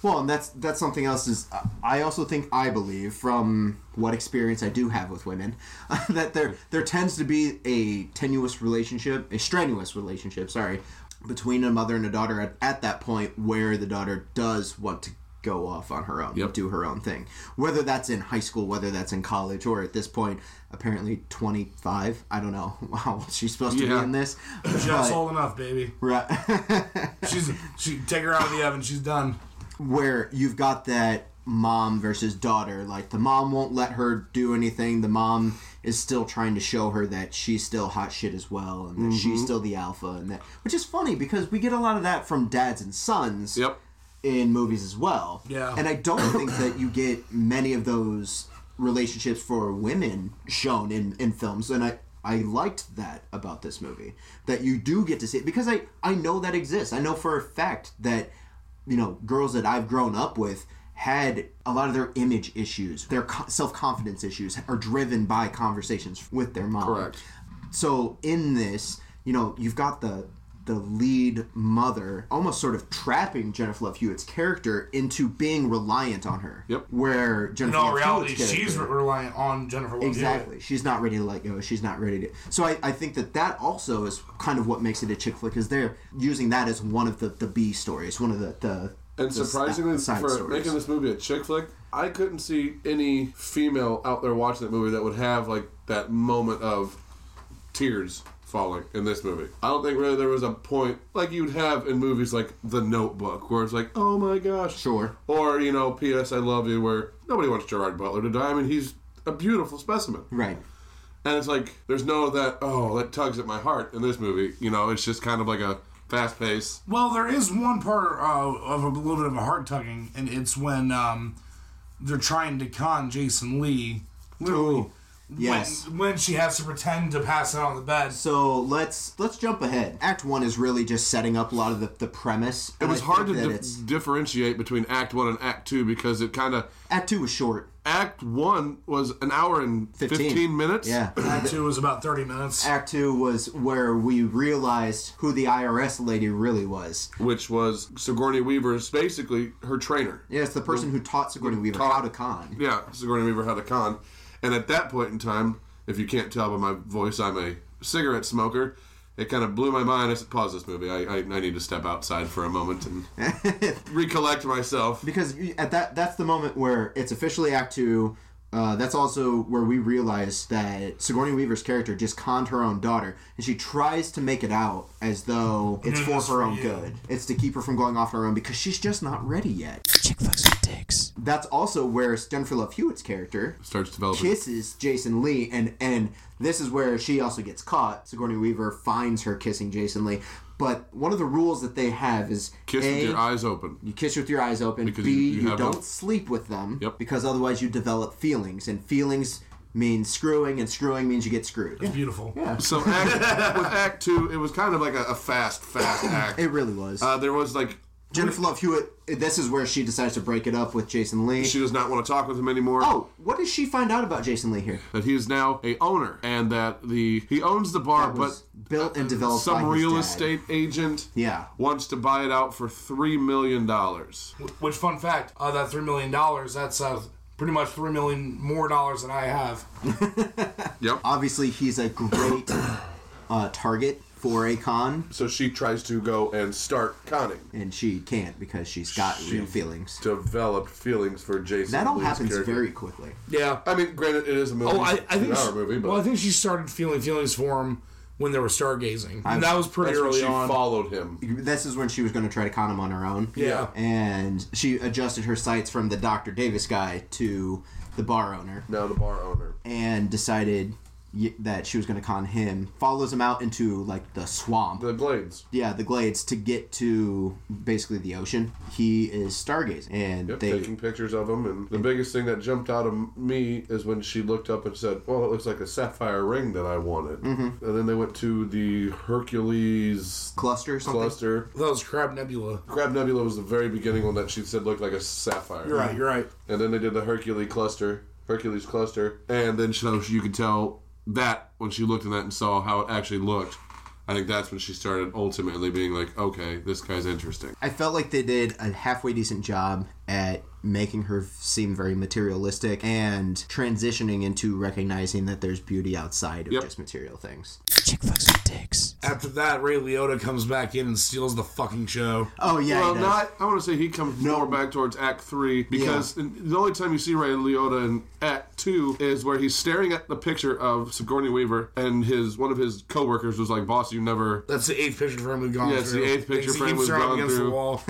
Speaker 5: Well, and that's that's something else. Is I also think I believe from what experience I do have with women that there there tends to be a tenuous relationship, a strenuous relationship, sorry, between a mother and a daughter at, at that point where the daughter does want to go off on her own,
Speaker 7: Yep.
Speaker 5: do her own thing, whether that's in high school, whether that's in college, or at this point apparently twenty five. I don't know how old she's supposed to
Speaker 7: Yeah.
Speaker 5: be in this.
Speaker 6: Just
Speaker 5: but-
Speaker 6: old enough, baby.
Speaker 5: right.
Speaker 6: She's she take her out of the oven. She's done.
Speaker 5: where you've got that mom versus daughter like the mom won't let her do anything the mom is still trying to show her that she's still hot shit as well and that she's still the alpha and that which is funny because we get a lot of that from dads and sons
Speaker 7: Yep.
Speaker 5: in movies as well
Speaker 6: Yeah.
Speaker 5: and i don't think that you get many of those relationships for women shown in in films and i I liked that about this movie that you do get to see it because I I know that exists. I know for a fact that you know, girls that I've grown up with had a lot of their image issues, their co- self confidence issues are driven by conversations with their mom.
Speaker 7: Correct.
Speaker 5: So in this, you know, you've got the the lead mother almost sort of trapping Jennifer Love Hewitt's character into being reliant on her.
Speaker 7: Yep.
Speaker 5: Where
Speaker 6: In
Speaker 5: Jennifer
Speaker 6: all
Speaker 5: Love
Speaker 6: reality,
Speaker 5: Hewitt's
Speaker 6: she's
Speaker 5: character-
Speaker 6: re- reliant on Jennifer. Love
Speaker 5: Exactly. She's not ready to let go. She's not ready to. So I, I think that that also is kind of what makes it a chick flick is they're using that as one of the, the B stories, one of the the
Speaker 7: And
Speaker 5: the
Speaker 7: surprisingly,
Speaker 5: side
Speaker 7: for
Speaker 5: stories.
Speaker 7: making this movie a chick flick, I couldn't see any female out there watching that movie that would have like that moment of tears falling in this movie. I don't think really there was a point like you'd have in movies like The Notebook, where it's like, oh my gosh,
Speaker 5: Sure.
Speaker 7: or you know, P.S. I Love You, where nobody wants Gerard Butler to die. I mean, he's a beautiful specimen,
Speaker 5: right.
Speaker 7: and it's like there's no that oh that tugs at my heart in this movie. You know, it's just kind of like a fast pace.
Speaker 6: Well, there is one part uh, of a little bit of a heart tugging, and it's when um, they're trying to con Jason Lee. Literally,
Speaker 5: yes.
Speaker 6: When, when she has to pretend to pass out on the bed.
Speaker 5: So let's let's jump ahead. Act one is really just setting up a lot of the, the premise.
Speaker 7: It was hard to
Speaker 5: that
Speaker 7: di-
Speaker 5: it's,
Speaker 7: differentiate between Act One and Act Two because it kind of
Speaker 5: Act two was short.
Speaker 7: Act One was an hour and
Speaker 5: 15.
Speaker 7: fifteen, minutes.
Speaker 5: Yeah.
Speaker 6: Act two was about thirty minutes.
Speaker 5: Act two was where we realized who the IRS lady really was.
Speaker 7: which was Sigourney Weaver's basically her trainer.
Speaker 5: Yeah, it's the person who taught Sigourney Weaver
Speaker 7: taught-
Speaker 5: how to con.
Speaker 7: Yeah, Sigourney Weaver had a con, and at that point in time, if you can't tell by my voice, I'm a cigarette smoker. It kind of blew my mind. I said, "Pause this movie. I, I, I need to step outside for a moment and recollect myself."
Speaker 5: because you- at that that's the moment where it's officially act two Uh, that's also where we realize that Sigourney Weaver's character just conned her own daughter, and she tries to make it out as though it's for
Speaker 6: it's
Speaker 5: her
Speaker 6: for
Speaker 5: own
Speaker 6: you.
Speaker 5: good. It's to keep her from going off on her own because she's just not ready yet.
Speaker 4: Chick flicks with dicks.
Speaker 5: That's also where Jennifer Love Hewitt's character
Speaker 7: Starts developing.
Speaker 5: kisses Jason Lee, and and this is where she also gets caught. Sigourney Weaver finds her kissing Jason Lee, but one of the rules that they have is
Speaker 7: Kiss
Speaker 5: A,
Speaker 7: with your eyes open.
Speaker 5: You kiss with your eyes open.
Speaker 7: Because
Speaker 5: B,
Speaker 7: you-
Speaker 5: you,
Speaker 7: you have
Speaker 5: don't
Speaker 7: them.
Speaker 5: sleep with them
Speaker 7: Yep.
Speaker 5: because otherwise you develop feelings, and feelings means screwing, and screwing means you get screwed. Yeah.
Speaker 6: Beautiful.
Speaker 5: Yeah.
Speaker 7: So act, with Act Two, it was kind of like a, a fast, fast act.
Speaker 5: It really was.
Speaker 7: Uh, there was like
Speaker 5: Jennifer Love Hewitt. This is where she decides to break it up with Jason Lee.
Speaker 7: she does not want to talk with him anymore.
Speaker 5: oh, what does she find out about Jason Lee here?
Speaker 7: That he is now a owner and that the he owns the bar,
Speaker 5: That was
Speaker 7: but uh,
Speaker 5: built and developed
Speaker 7: some
Speaker 5: by his
Speaker 7: real
Speaker 5: dad.
Speaker 7: estate agent
Speaker 5: Yeah.
Speaker 7: wants to buy it out for three million dollars.
Speaker 6: Which fun fact? Uh, that three million dollars. That's uh, pretty much three million more dollars than I have.
Speaker 7: Yep.
Speaker 5: Obviously, he's a great uh, target for a con,
Speaker 7: So she tries to go and start conning.
Speaker 5: and she can't because she's got real feelings.
Speaker 7: Developed feelings for Jason.
Speaker 5: That all
Speaker 7: Lee's
Speaker 5: happens
Speaker 7: character.
Speaker 5: very quickly.
Speaker 6: Yeah.
Speaker 7: I mean, granted, it is a movie.
Speaker 6: Oh, I, I think.
Speaker 7: it's an
Speaker 6: She,
Speaker 7: hour movie, but
Speaker 6: well, I think she started feeling feelings for him when they were stargazing,
Speaker 5: I-
Speaker 6: and that was pretty
Speaker 7: that's when
Speaker 6: early
Speaker 7: she
Speaker 6: on.
Speaker 7: followed him.
Speaker 5: This is when she was going to try to con him on her own.
Speaker 6: yeah.
Speaker 5: and she adjusted her sights from the Dr. Davis guy to the bar owner
Speaker 7: Now the bar owner.
Speaker 5: and decided y- that she was going to con him. Follows him out into like the swamp.
Speaker 7: The Glades.
Speaker 5: yeah, the glades to get to basically the ocean. He is stargazing and
Speaker 7: Yep,
Speaker 5: they
Speaker 7: taking pictures of them. And the biggest thing that jumped out of me is when she looked up and said, Well, it looks like a sapphire ring that I wanted. Mm-hmm. And then they went to the Hercules
Speaker 5: cluster something.
Speaker 7: cluster.
Speaker 6: That was Crab Nebula.
Speaker 7: Crab Nebula was the very beginning one that she said looked like a sapphire.
Speaker 6: You're right. You're right.
Speaker 7: And then they did the Hercules cluster. Hercules cluster. And then so you could tell that when she looked in that and saw how it actually looked. I think that's when she started ultimately being like, okay, this guy's interesting.
Speaker 5: I felt like they did a halfway decent job at making her seem very materialistic and transitioning into recognizing that there's beauty outside of
Speaker 7: Yep.
Speaker 5: just material things.
Speaker 4: Chick flicks with dicks.
Speaker 6: After that, Ray Liotta comes back in and steals the fucking show.
Speaker 5: Oh yeah,
Speaker 7: Well,
Speaker 5: he does.
Speaker 7: not. I want to say he comes more back towards Act Three because in- the only time you see Ray Liotta in Act Two is where he's staring at the picture of Sigourney Weaver, and his one of his coworkers was like, "Boss, you never."
Speaker 6: That's the eighth picture frame we've gone
Speaker 7: Yeah,
Speaker 6: through.
Speaker 7: it's the eighth picture
Speaker 6: Because he
Speaker 7: frame
Speaker 6: keeps
Speaker 7: we've
Speaker 6: throwing
Speaker 7: gone
Speaker 6: against
Speaker 7: through.
Speaker 6: The wall.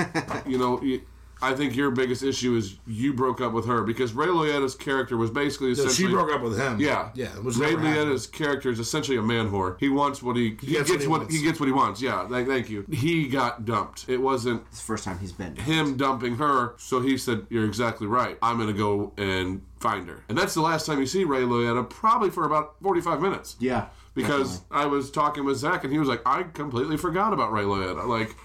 Speaker 7: You know, you, I think your biggest issue is you broke up with her because Ray Liotta's character was basically
Speaker 6: So she
Speaker 7: essentially.
Speaker 6: broke up with him.
Speaker 7: Yeah,
Speaker 6: yeah. It was
Speaker 7: Ray
Speaker 6: never happened.
Speaker 7: Liotta's character is essentially a man whore. He wants what he, he,
Speaker 6: gets
Speaker 7: gets,
Speaker 6: what he
Speaker 7: what,
Speaker 6: wants.
Speaker 7: he gets what he wants. Yeah, like, thank you. He got dumped. It wasn't
Speaker 5: It's the first time he's been.
Speaker 7: him dumping her. So he said, "You're exactly right. I'm gonna go and find her." And that's the last time you see Ray Liotta, probably for about 45 minutes.
Speaker 5: Yeah.
Speaker 7: Because I was talking with Zach and he was like, "I completely forgot about Ray Liotta." Like,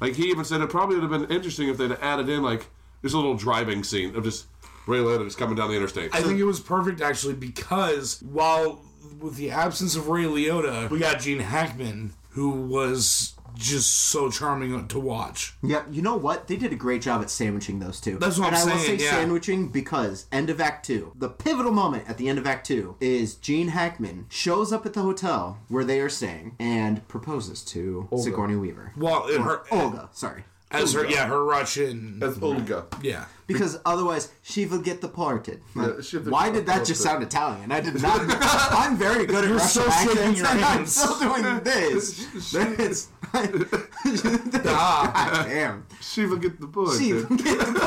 Speaker 7: like he even said it probably would have been interesting if they'd added in like this little driving scene of just Ray Liotta just coming down the interstate.
Speaker 6: I think it was perfect actually because while with the absence of Ray Liotta, we got Gene Hackman who was just so charming to watch.
Speaker 5: Yeah, you know what? They did a great job at sandwiching those two.
Speaker 6: That's what
Speaker 5: and
Speaker 6: I'm
Speaker 5: I will
Speaker 6: saying,
Speaker 5: say
Speaker 6: yeah.
Speaker 5: sandwiching because end of Act Two, the pivotal moment at the end of Act Two is Gene Hackman shows up at the hotel where they are staying and proposes to Sigourney Weaver.
Speaker 6: Well, it, her,
Speaker 7: Oh,
Speaker 5: Olga, sorry,
Speaker 6: as her yeah her Russian
Speaker 7: That's Olga.
Speaker 6: yeah.
Speaker 5: because otherwise she will get deported.
Speaker 7: she will get
Speaker 5: Why did that just
Speaker 7: deported.
Speaker 5: sound Italian? I did not. I'm very good at
Speaker 6: You're
Speaker 5: Russian
Speaker 6: so
Speaker 5: accents,
Speaker 6: shaking your
Speaker 5: and I'm
Speaker 6: hands.
Speaker 5: still doing this. That's- God damn.
Speaker 7: She will get the boy.
Speaker 5: She
Speaker 7: dude.
Speaker 5: will get deported.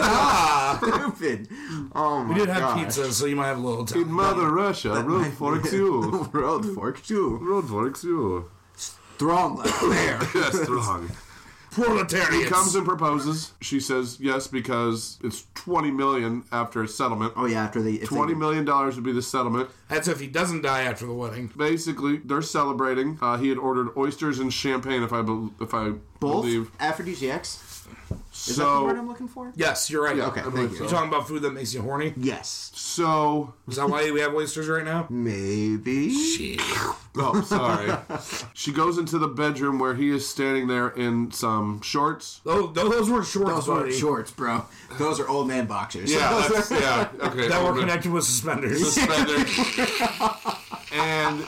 Speaker 5: Ah, stupid. Oh my
Speaker 6: We did have
Speaker 5: gosh.
Speaker 6: pizza, so you might have a little
Speaker 7: In
Speaker 6: time.
Speaker 7: Mother Russia, road forks you.
Speaker 5: Road fork too.
Speaker 7: Road forks you.
Speaker 5: Throng like there.
Speaker 7: That's wrong. He
Speaker 6: Proletariat
Speaker 7: comes and proposes. She says yes because it's twenty million after a settlement.
Speaker 5: Oh yeah, after they if
Speaker 7: Twenty
Speaker 5: they,
Speaker 7: million dollars would be the settlement.
Speaker 6: That's if he doesn't die after the wedding.
Speaker 7: Basically, they're celebrating. Uh, he had ordered oysters and champagne, if I bel if I
Speaker 5: both
Speaker 7: believe.
Speaker 5: aphrodisiacs. Is that the word I'm
Speaker 7: So,
Speaker 5: looking for?
Speaker 6: Yes, you're right.
Speaker 7: Yeah,
Speaker 5: Okay,
Speaker 7: I
Speaker 5: thank
Speaker 7: believe
Speaker 5: you.
Speaker 7: so.
Speaker 6: You're talking about food that makes you horny.
Speaker 5: Yes,
Speaker 7: so
Speaker 6: Is that why we have oysters right now?
Speaker 5: Mm. maybe.
Speaker 7: oh, sorry. she goes into the bedroom where he is standing there in some shorts.
Speaker 6: Those, those were shorts,
Speaker 5: Those are
Speaker 6: buddy,
Speaker 5: shorts, bro. Those are old man boxers.
Speaker 7: Yeah, that's, yeah. Okay,
Speaker 6: that were
Speaker 7: I'm gonna-
Speaker 6: connected with suspenders.
Speaker 7: suspenders. and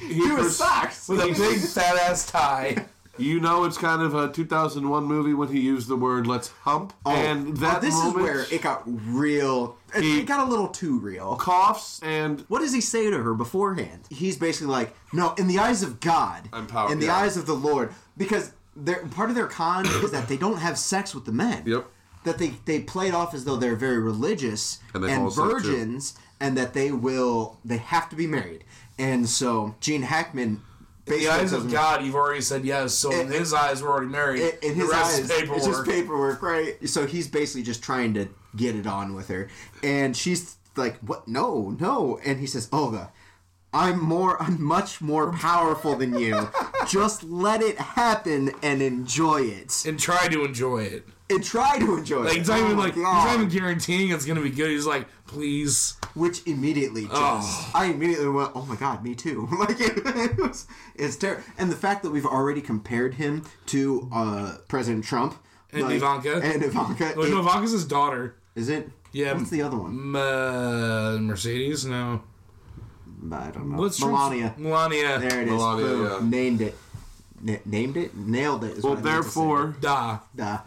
Speaker 7: he
Speaker 5: He was
Speaker 7: pers-
Speaker 5: socks.
Speaker 6: with a big fat ass tie.
Speaker 7: You know, it's kind of a 2001 movie when he used the word "let's hump," and that
Speaker 5: oh, this
Speaker 7: moment
Speaker 5: is where it got real. It,
Speaker 7: He-
Speaker 5: it got a little too real.
Speaker 7: coughs and
Speaker 5: What does he say to her beforehand? He's basically like, "No, in the eyes of God,
Speaker 7: I'm power-
Speaker 5: in the
Speaker 7: yeah.
Speaker 5: eyes of the Lord," because they're, part of their con is that they don't have sex with the men.
Speaker 7: Yep.
Speaker 5: That they they play it off as though they're very religious
Speaker 7: And
Speaker 5: and,
Speaker 7: they fall asleep, too.
Speaker 5: virgins, and that they will they have to be married. And so Gene Hackman,
Speaker 6: In
Speaker 5: basically
Speaker 6: the eyes
Speaker 5: doesn't-
Speaker 6: of God, you've already said yes, so in
Speaker 5: It-
Speaker 6: his eyes, we're already married.
Speaker 5: in, in his
Speaker 6: the rest
Speaker 5: eyes,
Speaker 6: is paperwork.
Speaker 5: it's just paperwork, right? So he's basically just trying to get it on with her, and she's like, "What? No, no!" And he says, "Olga, I'm more, I'm much more powerful than you. just let it happen and enjoy it,
Speaker 6: and try to enjoy it.
Speaker 5: and try to enjoy
Speaker 6: Like,
Speaker 5: it."
Speaker 6: he's not
Speaker 5: Oh
Speaker 6: even
Speaker 5: my
Speaker 6: like, he's
Speaker 5: God.
Speaker 6: not even guaranteeing it's gonna be good. He's like, please.
Speaker 5: which immediately just
Speaker 6: Oh.
Speaker 5: I immediately went, oh my god, me too. like it, was, it's terrible. And the fact that we've already compared him to uh, President Trump
Speaker 6: And Ivanka.
Speaker 5: and Ivanka,
Speaker 6: Like,
Speaker 5: it-
Speaker 6: Novaka's his daughter.
Speaker 5: is it?
Speaker 6: Yeah.
Speaker 5: What's the other one?
Speaker 6: M- uh, Mercedes? No.
Speaker 5: I don't know.
Speaker 6: What's Trump's-
Speaker 5: Melania?
Speaker 6: Melania.
Speaker 5: There it is.
Speaker 7: Melania,
Speaker 5: Boom.
Speaker 7: yeah.
Speaker 5: Named it. Na- named it. Nailed it. is
Speaker 7: well,
Speaker 5: what I meant to say.
Speaker 7: therefore,
Speaker 6: Da.
Speaker 5: Duh.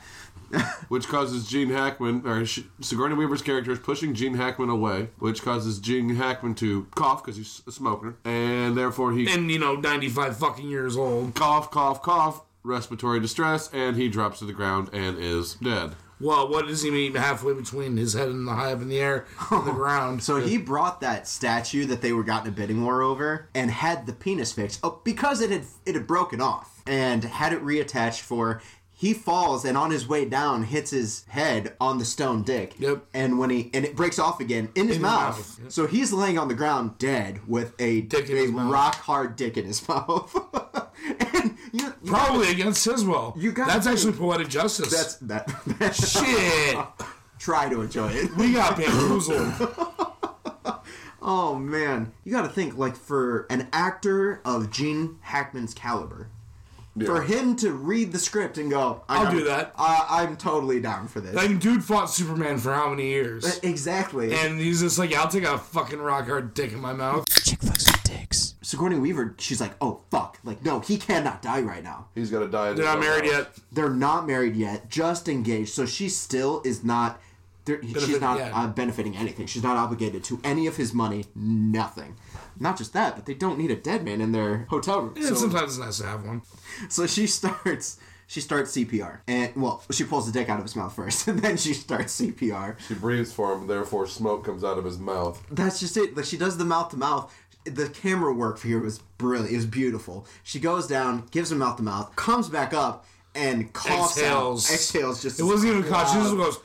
Speaker 7: which causes Gene Hackman or Sh- Sigourney Weaver's character is pushing Gene Hackman away, which causes Gene Hackman to cough because he's a smoker, and therefore he
Speaker 6: And, you know, 95 fucking years old.
Speaker 7: cough, cough, cough, respiratory distress, and he drops to the ground and is dead.
Speaker 6: Well, what does he mean halfway between his head and the high up in the air and the ground?
Speaker 5: So he brought that statue that they were gotten a bidding war over and had the penis fixed oh, because it had it had broken off and had it reattached for he falls and on his way down hits his head on the stone dick.
Speaker 6: Yep.
Speaker 5: And when he and it breaks off again in his
Speaker 6: his
Speaker 5: mouth.
Speaker 6: mouth, yep.
Speaker 5: So he's laying on the ground dead with a
Speaker 6: Dick in
Speaker 5: a
Speaker 6: his mouth.
Speaker 5: rock hard dick in his mouth. and you, you
Speaker 6: Probably against his will.
Speaker 5: You got
Speaker 6: That's
Speaker 5: me.
Speaker 6: actually poetic justice.
Speaker 5: that's that, that
Speaker 6: shit.
Speaker 5: try to enjoy it.
Speaker 6: we got bamboozled.
Speaker 5: Oh man, you got to think like for an actor of Gene Hackman's caliber, for him to read the script and go, I
Speaker 6: I'll
Speaker 5: got-
Speaker 6: do that.
Speaker 5: I, I'm totally down for this.
Speaker 6: like, dude fought Superman for how many years?
Speaker 5: exactly.
Speaker 6: And he's just like, I'll take a fucking rock hard dick in my mouth.
Speaker 4: Chick flicks with dicks.
Speaker 5: Sigourney Weaver, she's like, oh fuck, like no, he cannot die right now.
Speaker 7: He's gonna die. in
Speaker 6: They're
Speaker 7: his
Speaker 6: not
Speaker 7: own
Speaker 6: married
Speaker 7: house.
Speaker 6: yet.
Speaker 5: They're not married yet, just engaged, so she still is not. there- She's
Speaker 6: Benefit-
Speaker 5: not
Speaker 6: yeah.
Speaker 5: uh, benefiting anything. She's not obligated to any of his money. Nothing. Not just that, but they don't need a dead man in their hotel room.
Speaker 6: And
Speaker 5: so-
Speaker 6: sometimes it's nice to have one.
Speaker 5: So she starts. She starts CPR, and well, she pulls the dick out of his mouth first, and then she starts CPR.
Speaker 7: She breathes for him, therefore smoke comes out of his mouth.
Speaker 5: That's just it. Like she does the mouth to mouth. The camera work here was brilliant. It was beautiful. She goes down, gives him mouth to mouth, comes back up, and coughs
Speaker 6: Exhales.
Speaker 5: out. Exhales. Just
Speaker 6: It wasn't even caught. She just goes,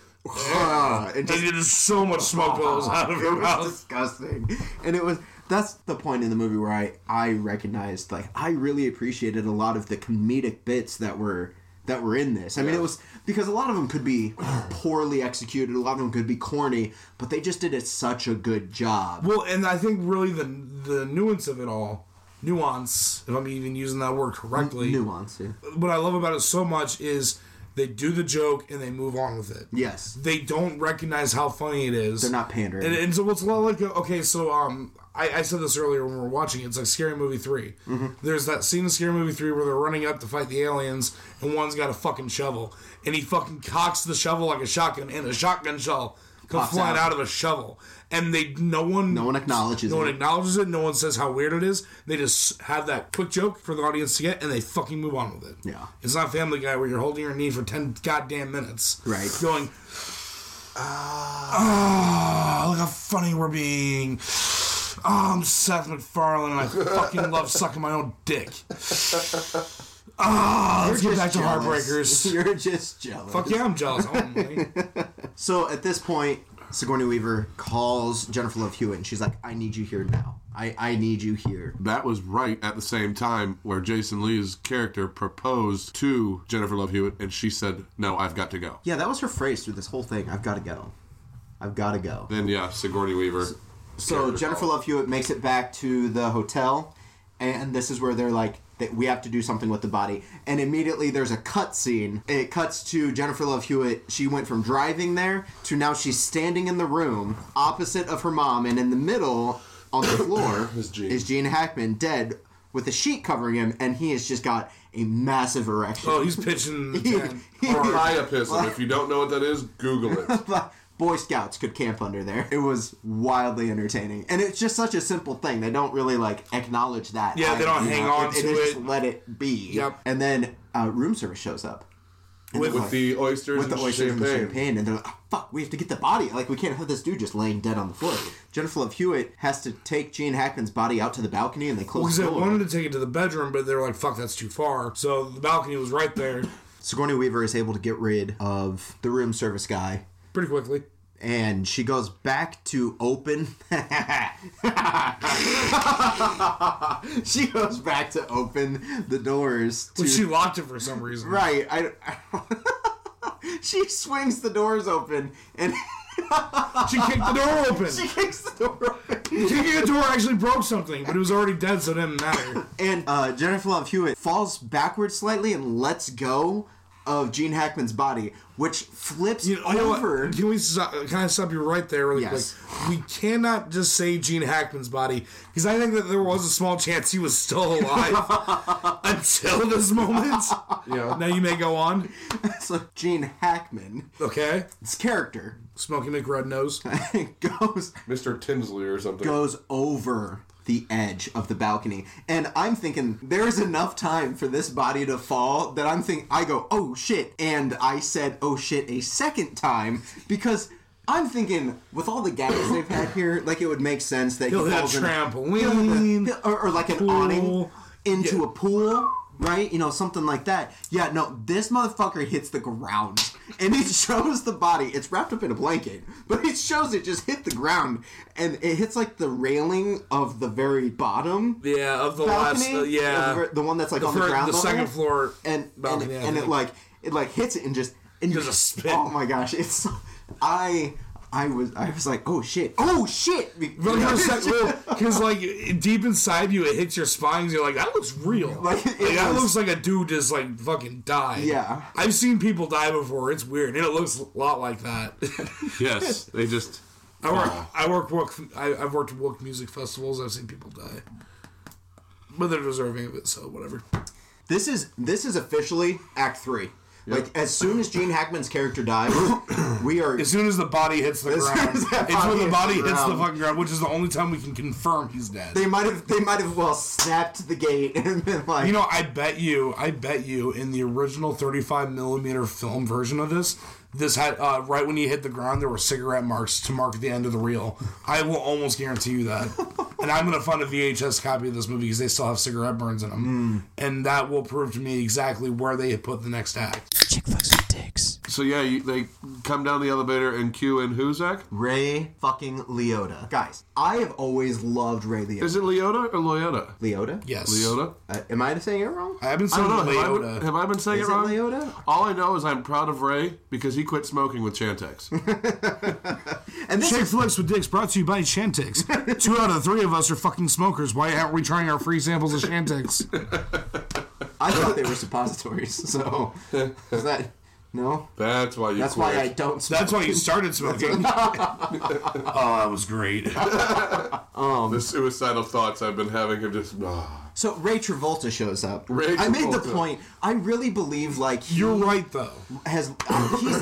Speaker 5: Ah, it
Speaker 6: and
Speaker 5: just
Speaker 6: there's so much smoke bubbles out of her
Speaker 5: it was
Speaker 6: mouth.
Speaker 5: disgusting. And it was that's the point in the movie where I I recognized like I really appreciated a lot of the comedic bits that were that were in this. I mean, it was because a lot of them could be poorly executed, a lot of them could be corny, but they just did it such a good job.
Speaker 6: Well, and I think really the the nuance of it all, nuance, if I'm even using that word correctly,
Speaker 5: Nuance, yeah.
Speaker 6: what I love about it so much is they do the joke and they move on with it.
Speaker 5: Yes.
Speaker 6: They don't recognize how funny it is.
Speaker 5: They're not pandering.
Speaker 6: And, and so what's a lot like okay, so um, I, I said this earlier when we were watching it. It's like Scary Movie 3
Speaker 5: Mm-hmm.
Speaker 6: There's that scene in Scary Movie three where they're running up to fight the aliens, and one's got a fucking shovel, and he fucking cocks the shovel like a shotgun, and a shotgun shell comes
Speaker 5: Pops
Speaker 6: flying out.
Speaker 5: out.
Speaker 6: of a shovel, and they no one
Speaker 5: No one acknowledges
Speaker 6: no one
Speaker 5: it.
Speaker 6: acknowledges it. No one says how weird it is. They just have that quick joke for the audience to get, and they fucking move on with it.
Speaker 5: Yeah.
Speaker 6: it's not Family Guy where you're holding your knee for ten goddamn minutes,
Speaker 5: Right.
Speaker 6: Going, ah, look how funny we're being. Oh, I'm Seth MacFarlane, and I fucking love sucking my own dick. Ah, let's
Speaker 5: You're
Speaker 6: get back
Speaker 5: just
Speaker 6: to
Speaker 5: jealous.
Speaker 6: Heartbreakers.
Speaker 5: You're just jealous.
Speaker 6: Fuck yeah, I'm jealous. I want money.
Speaker 5: So at this point, Sigourney Weaver calls Jennifer Love Hewitt and she's like, I need you here now. I, I need you here.
Speaker 7: That was right at the same time where Jason Lee's character proposed to Jennifer Love Hewitt, and she said, "No, I've got to go."
Speaker 5: Yeah, that was her phrase through this whole thing. I've got to go. I've got to go.
Speaker 7: Then yeah, Sigourney Weaver.
Speaker 5: So Jennifer Love Hewitt makes it back to the hotel, and this is where they're like, that we have to do something with the body. And immediately there's a cut scene. It cuts to Jennifer Love Hewitt. She went from driving there to now she's standing in the room opposite of her mom, and in the middle on the floor
Speaker 7: Is Gene.
Speaker 5: Gene Hackman dead with a sheet covering him, and he has just got a massive erection.
Speaker 6: Oh, he's pitching the tent.
Speaker 7: Or priapism. If you don't know what that is, Google it.
Speaker 5: Boy Scouts could camp under there. It was wildly entertaining, and it's just such a simple thing. They don't really like acknowledge that.
Speaker 6: Yeah, they don't
Speaker 5: you
Speaker 6: hang on
Speaker 5: They-
Speaker 6: to
Speaker 5: They just
Speaker 6: it.
Speaker 5: let it be.
Speaker 6: Yep.
Speaker 5: And then uh, room service shows up And
Speaker 6: With-
Speaker 5: they're
Speaker 7: With the oysters
Speaker 5: with the
Speaker 7: and
Speaker 5: oysters and
Speaker 7: champagne.
Speaker 5: champagne, and they're like, oh, "Fuck, we have to get the body. Like, we can't have this dude just laying dead on the floor." Jennifer Love Hewitt has to take Gene Hackman's body out to the balcony, and they close
Speaker 6: Because
Speaker 5: the
Speaker 6: they
Speaker 5: door.
Speaker 6: wanted to take it to the bedroom, but they were like, fuck, that's too far. So the balcony was right there
Speaker 5: Sigourney Weaver is able to get rid of the room service guy,
Speaker 6: pretty quickly.
Speaker 5: and she goes back to open. she goes back to open the doors to
Speaker 6: But she locked it for some reason.
Speaker 5: Right. I, she swings the doors open and
Speaker 6: She kicked the door open.
Speaker 5: she kicks the door open.
Speaker 6: Kicking the door actually broke something, but it was already dead, so it didn't matter.
Speaker 5: And uh, Jennifer Love Hewitt falls backwards slightly and lets go of Gene Hackman's body, which flips
Speaker 6: You know, you know what?
Speaker 5: over.
Speaker 6: Can we stop, can I stop you right there really
Speaker 5: Yes.
Speaker 6: quick? We cannot just say Gene Hackman's body because I think that there was a small chance he was still alive until this moment.
Speaker 7: Yeah.
Speaker 6: Now you may go on.
Speaker 5: So Gene Hackman,
Speaker 6: Okay.
Speaker 5: his character,
Speaker 6: Smoky McRed nose.
Speaker 5: goes
Speaker 7: Mr. Tinsley or something.
Speaker 5: goes over the edge of the balcony and i'm thinking there's enough time for this body to fall that i'm thinking i go oh shit and i said oh shit a second time because i'm thinking with all the gaps they've had here like it would make sense that
Speaker 6: He'll
Speaker 5: he
Speaker 6: hit a
Speaker 5: falls in
Speaker 6: trampoline.
Speaker 5: or, or like an
Speaker 6: pool.
Speaker 5: awning into
Speaker 6: Yeah.
Speaker 5: a pool right you know something like that yeah no this motherfucker hits the ground and it shows the body it's wrapped up in a blanket but it shows it just hit the ground and it hits like the railing of the very bottom
Speaker 6: Yeah, of the last.
Speaker 5: balcony
Speaker 6: Uh, yeah.
Speaker 5: the, ver- the one that's like
Speaker 6: The
Speaker 5: on
Speaker 6: fir-
Speaker 5: the ground
Speaker 6: the
Speaker 5: level.
Speaker 6: second floor
Speaker 5: and
Speaker 6: balcony,
Speaker 5: and,
Speaker 6: I
Speaker 5: and it
Speaker 6: think.
Speaker 5: like it like hits it and just and
Speaker 6: Does a spin.
Speaker 5: oh my gosh it's so- i i was i was like oh shit oh shit
Speaker 6: Because like deep inside you, it hits your spines. You're like, that looks real. Like,
Speaker 5: Like, it
Speaker 6: that
Speaker 5: was-
Speaker 6: looks like a dude just like fucking died.
Speaker 5: Yeah.
Speaker 6: I've seen people die before. It's weird, and it looks a lot like that.
Speaker 7: Yes. They just.
Speaker 6: I work. I work. Work. I, I've worked at work music festivals. I've seen people die, but they're deserving of it. So whatever.
Speaker 5: This is this is officially Act Three. Like as soon as Gene Hackman's character dies, we are
Speaker 6: As soon as the body hits the
Speaker 5: As soon
Speaker 6: ground,
Speaker 5: as
Speaker 6: it's
Speaker 5: that
Speaker 6: when
Speaker 5: body
Speaker 6: the
Speaker 5: hits
Speaker 6: body
Speaker 5: the
Speaker 6: hits the
Speaker 5: ground.
Speaker 6: fucking ground, which is the only time we can confirm he's dead.
Speaker 5: they might have they might have well snapped the gate and been like
Speaker 6: You know, I bet you, I bet you, in the original 35 millimeter film version of this, this had uh, right when you hit the ground, there were cigarette marks to mark the end of the reel. I will almost guarantee you that. and I'm gonna find a VHS copy of this movie because they still have cigarette burns in
Speaker 7: Hmm.
Speaker 6: them, and that will prove to me exactly where they had put the next act.
Speaker 2: Chick flicks with dicks.
Speaker 7: So yeah, you, they come down the elevator and cue in who's Zach?
Speaker 5: Ray fucking Leota. Guys, I have always loved Ray Liotta.
Speaker 7: Is it Leota or Loyota?
Speaker 5: Leota?
Speaker 6: Yes,
Speaker 7: Leota.
Speaker 5: Uh, am I saying it wrong?
Speaker 6: I haven't
Speaker 7: I
Speaker 6: seen
Speaker 7: don't know. Have I,
Speaker 6: Leota.
Speaker 7: been, have I been saying
Speaker 5: Is
Speaker 7: it
Speaker 5: it
Speaker 7: wrong?
Speaker 5: Leota?
Speaker 7: All I know is I'm proud of Ray because he quit smoking with Chantix.
Speaker 5: And this
Speaker 6: Chick
Speaker 5: is,
Speaker 6: Flicks with Dicks brought to you by Shantix. Two out of the three of us are fucking smokers. Why aren't we trying our free samples of Shantix?
Speaker 5: I thought they were suppositories, so is that no?
Speaker 7: That's why you.
Speaker 5: That's
Speaker 7: quit.
Speaker 5: why I don't. Smoke.
Speaker 6: That's why you started smoking. oh, that was great.
Speaker 7: The suicidal thoughts I've been having have just. ah.
Speaker 5: So Ray Travolta shows up.
Speaker 7: Ray
Speaker 5: I made the
Speaker 7: Travolta.
Speaker 5: point. I really believe like he-
Speaker 6: You're right though.
Speaker 5: has um, he's,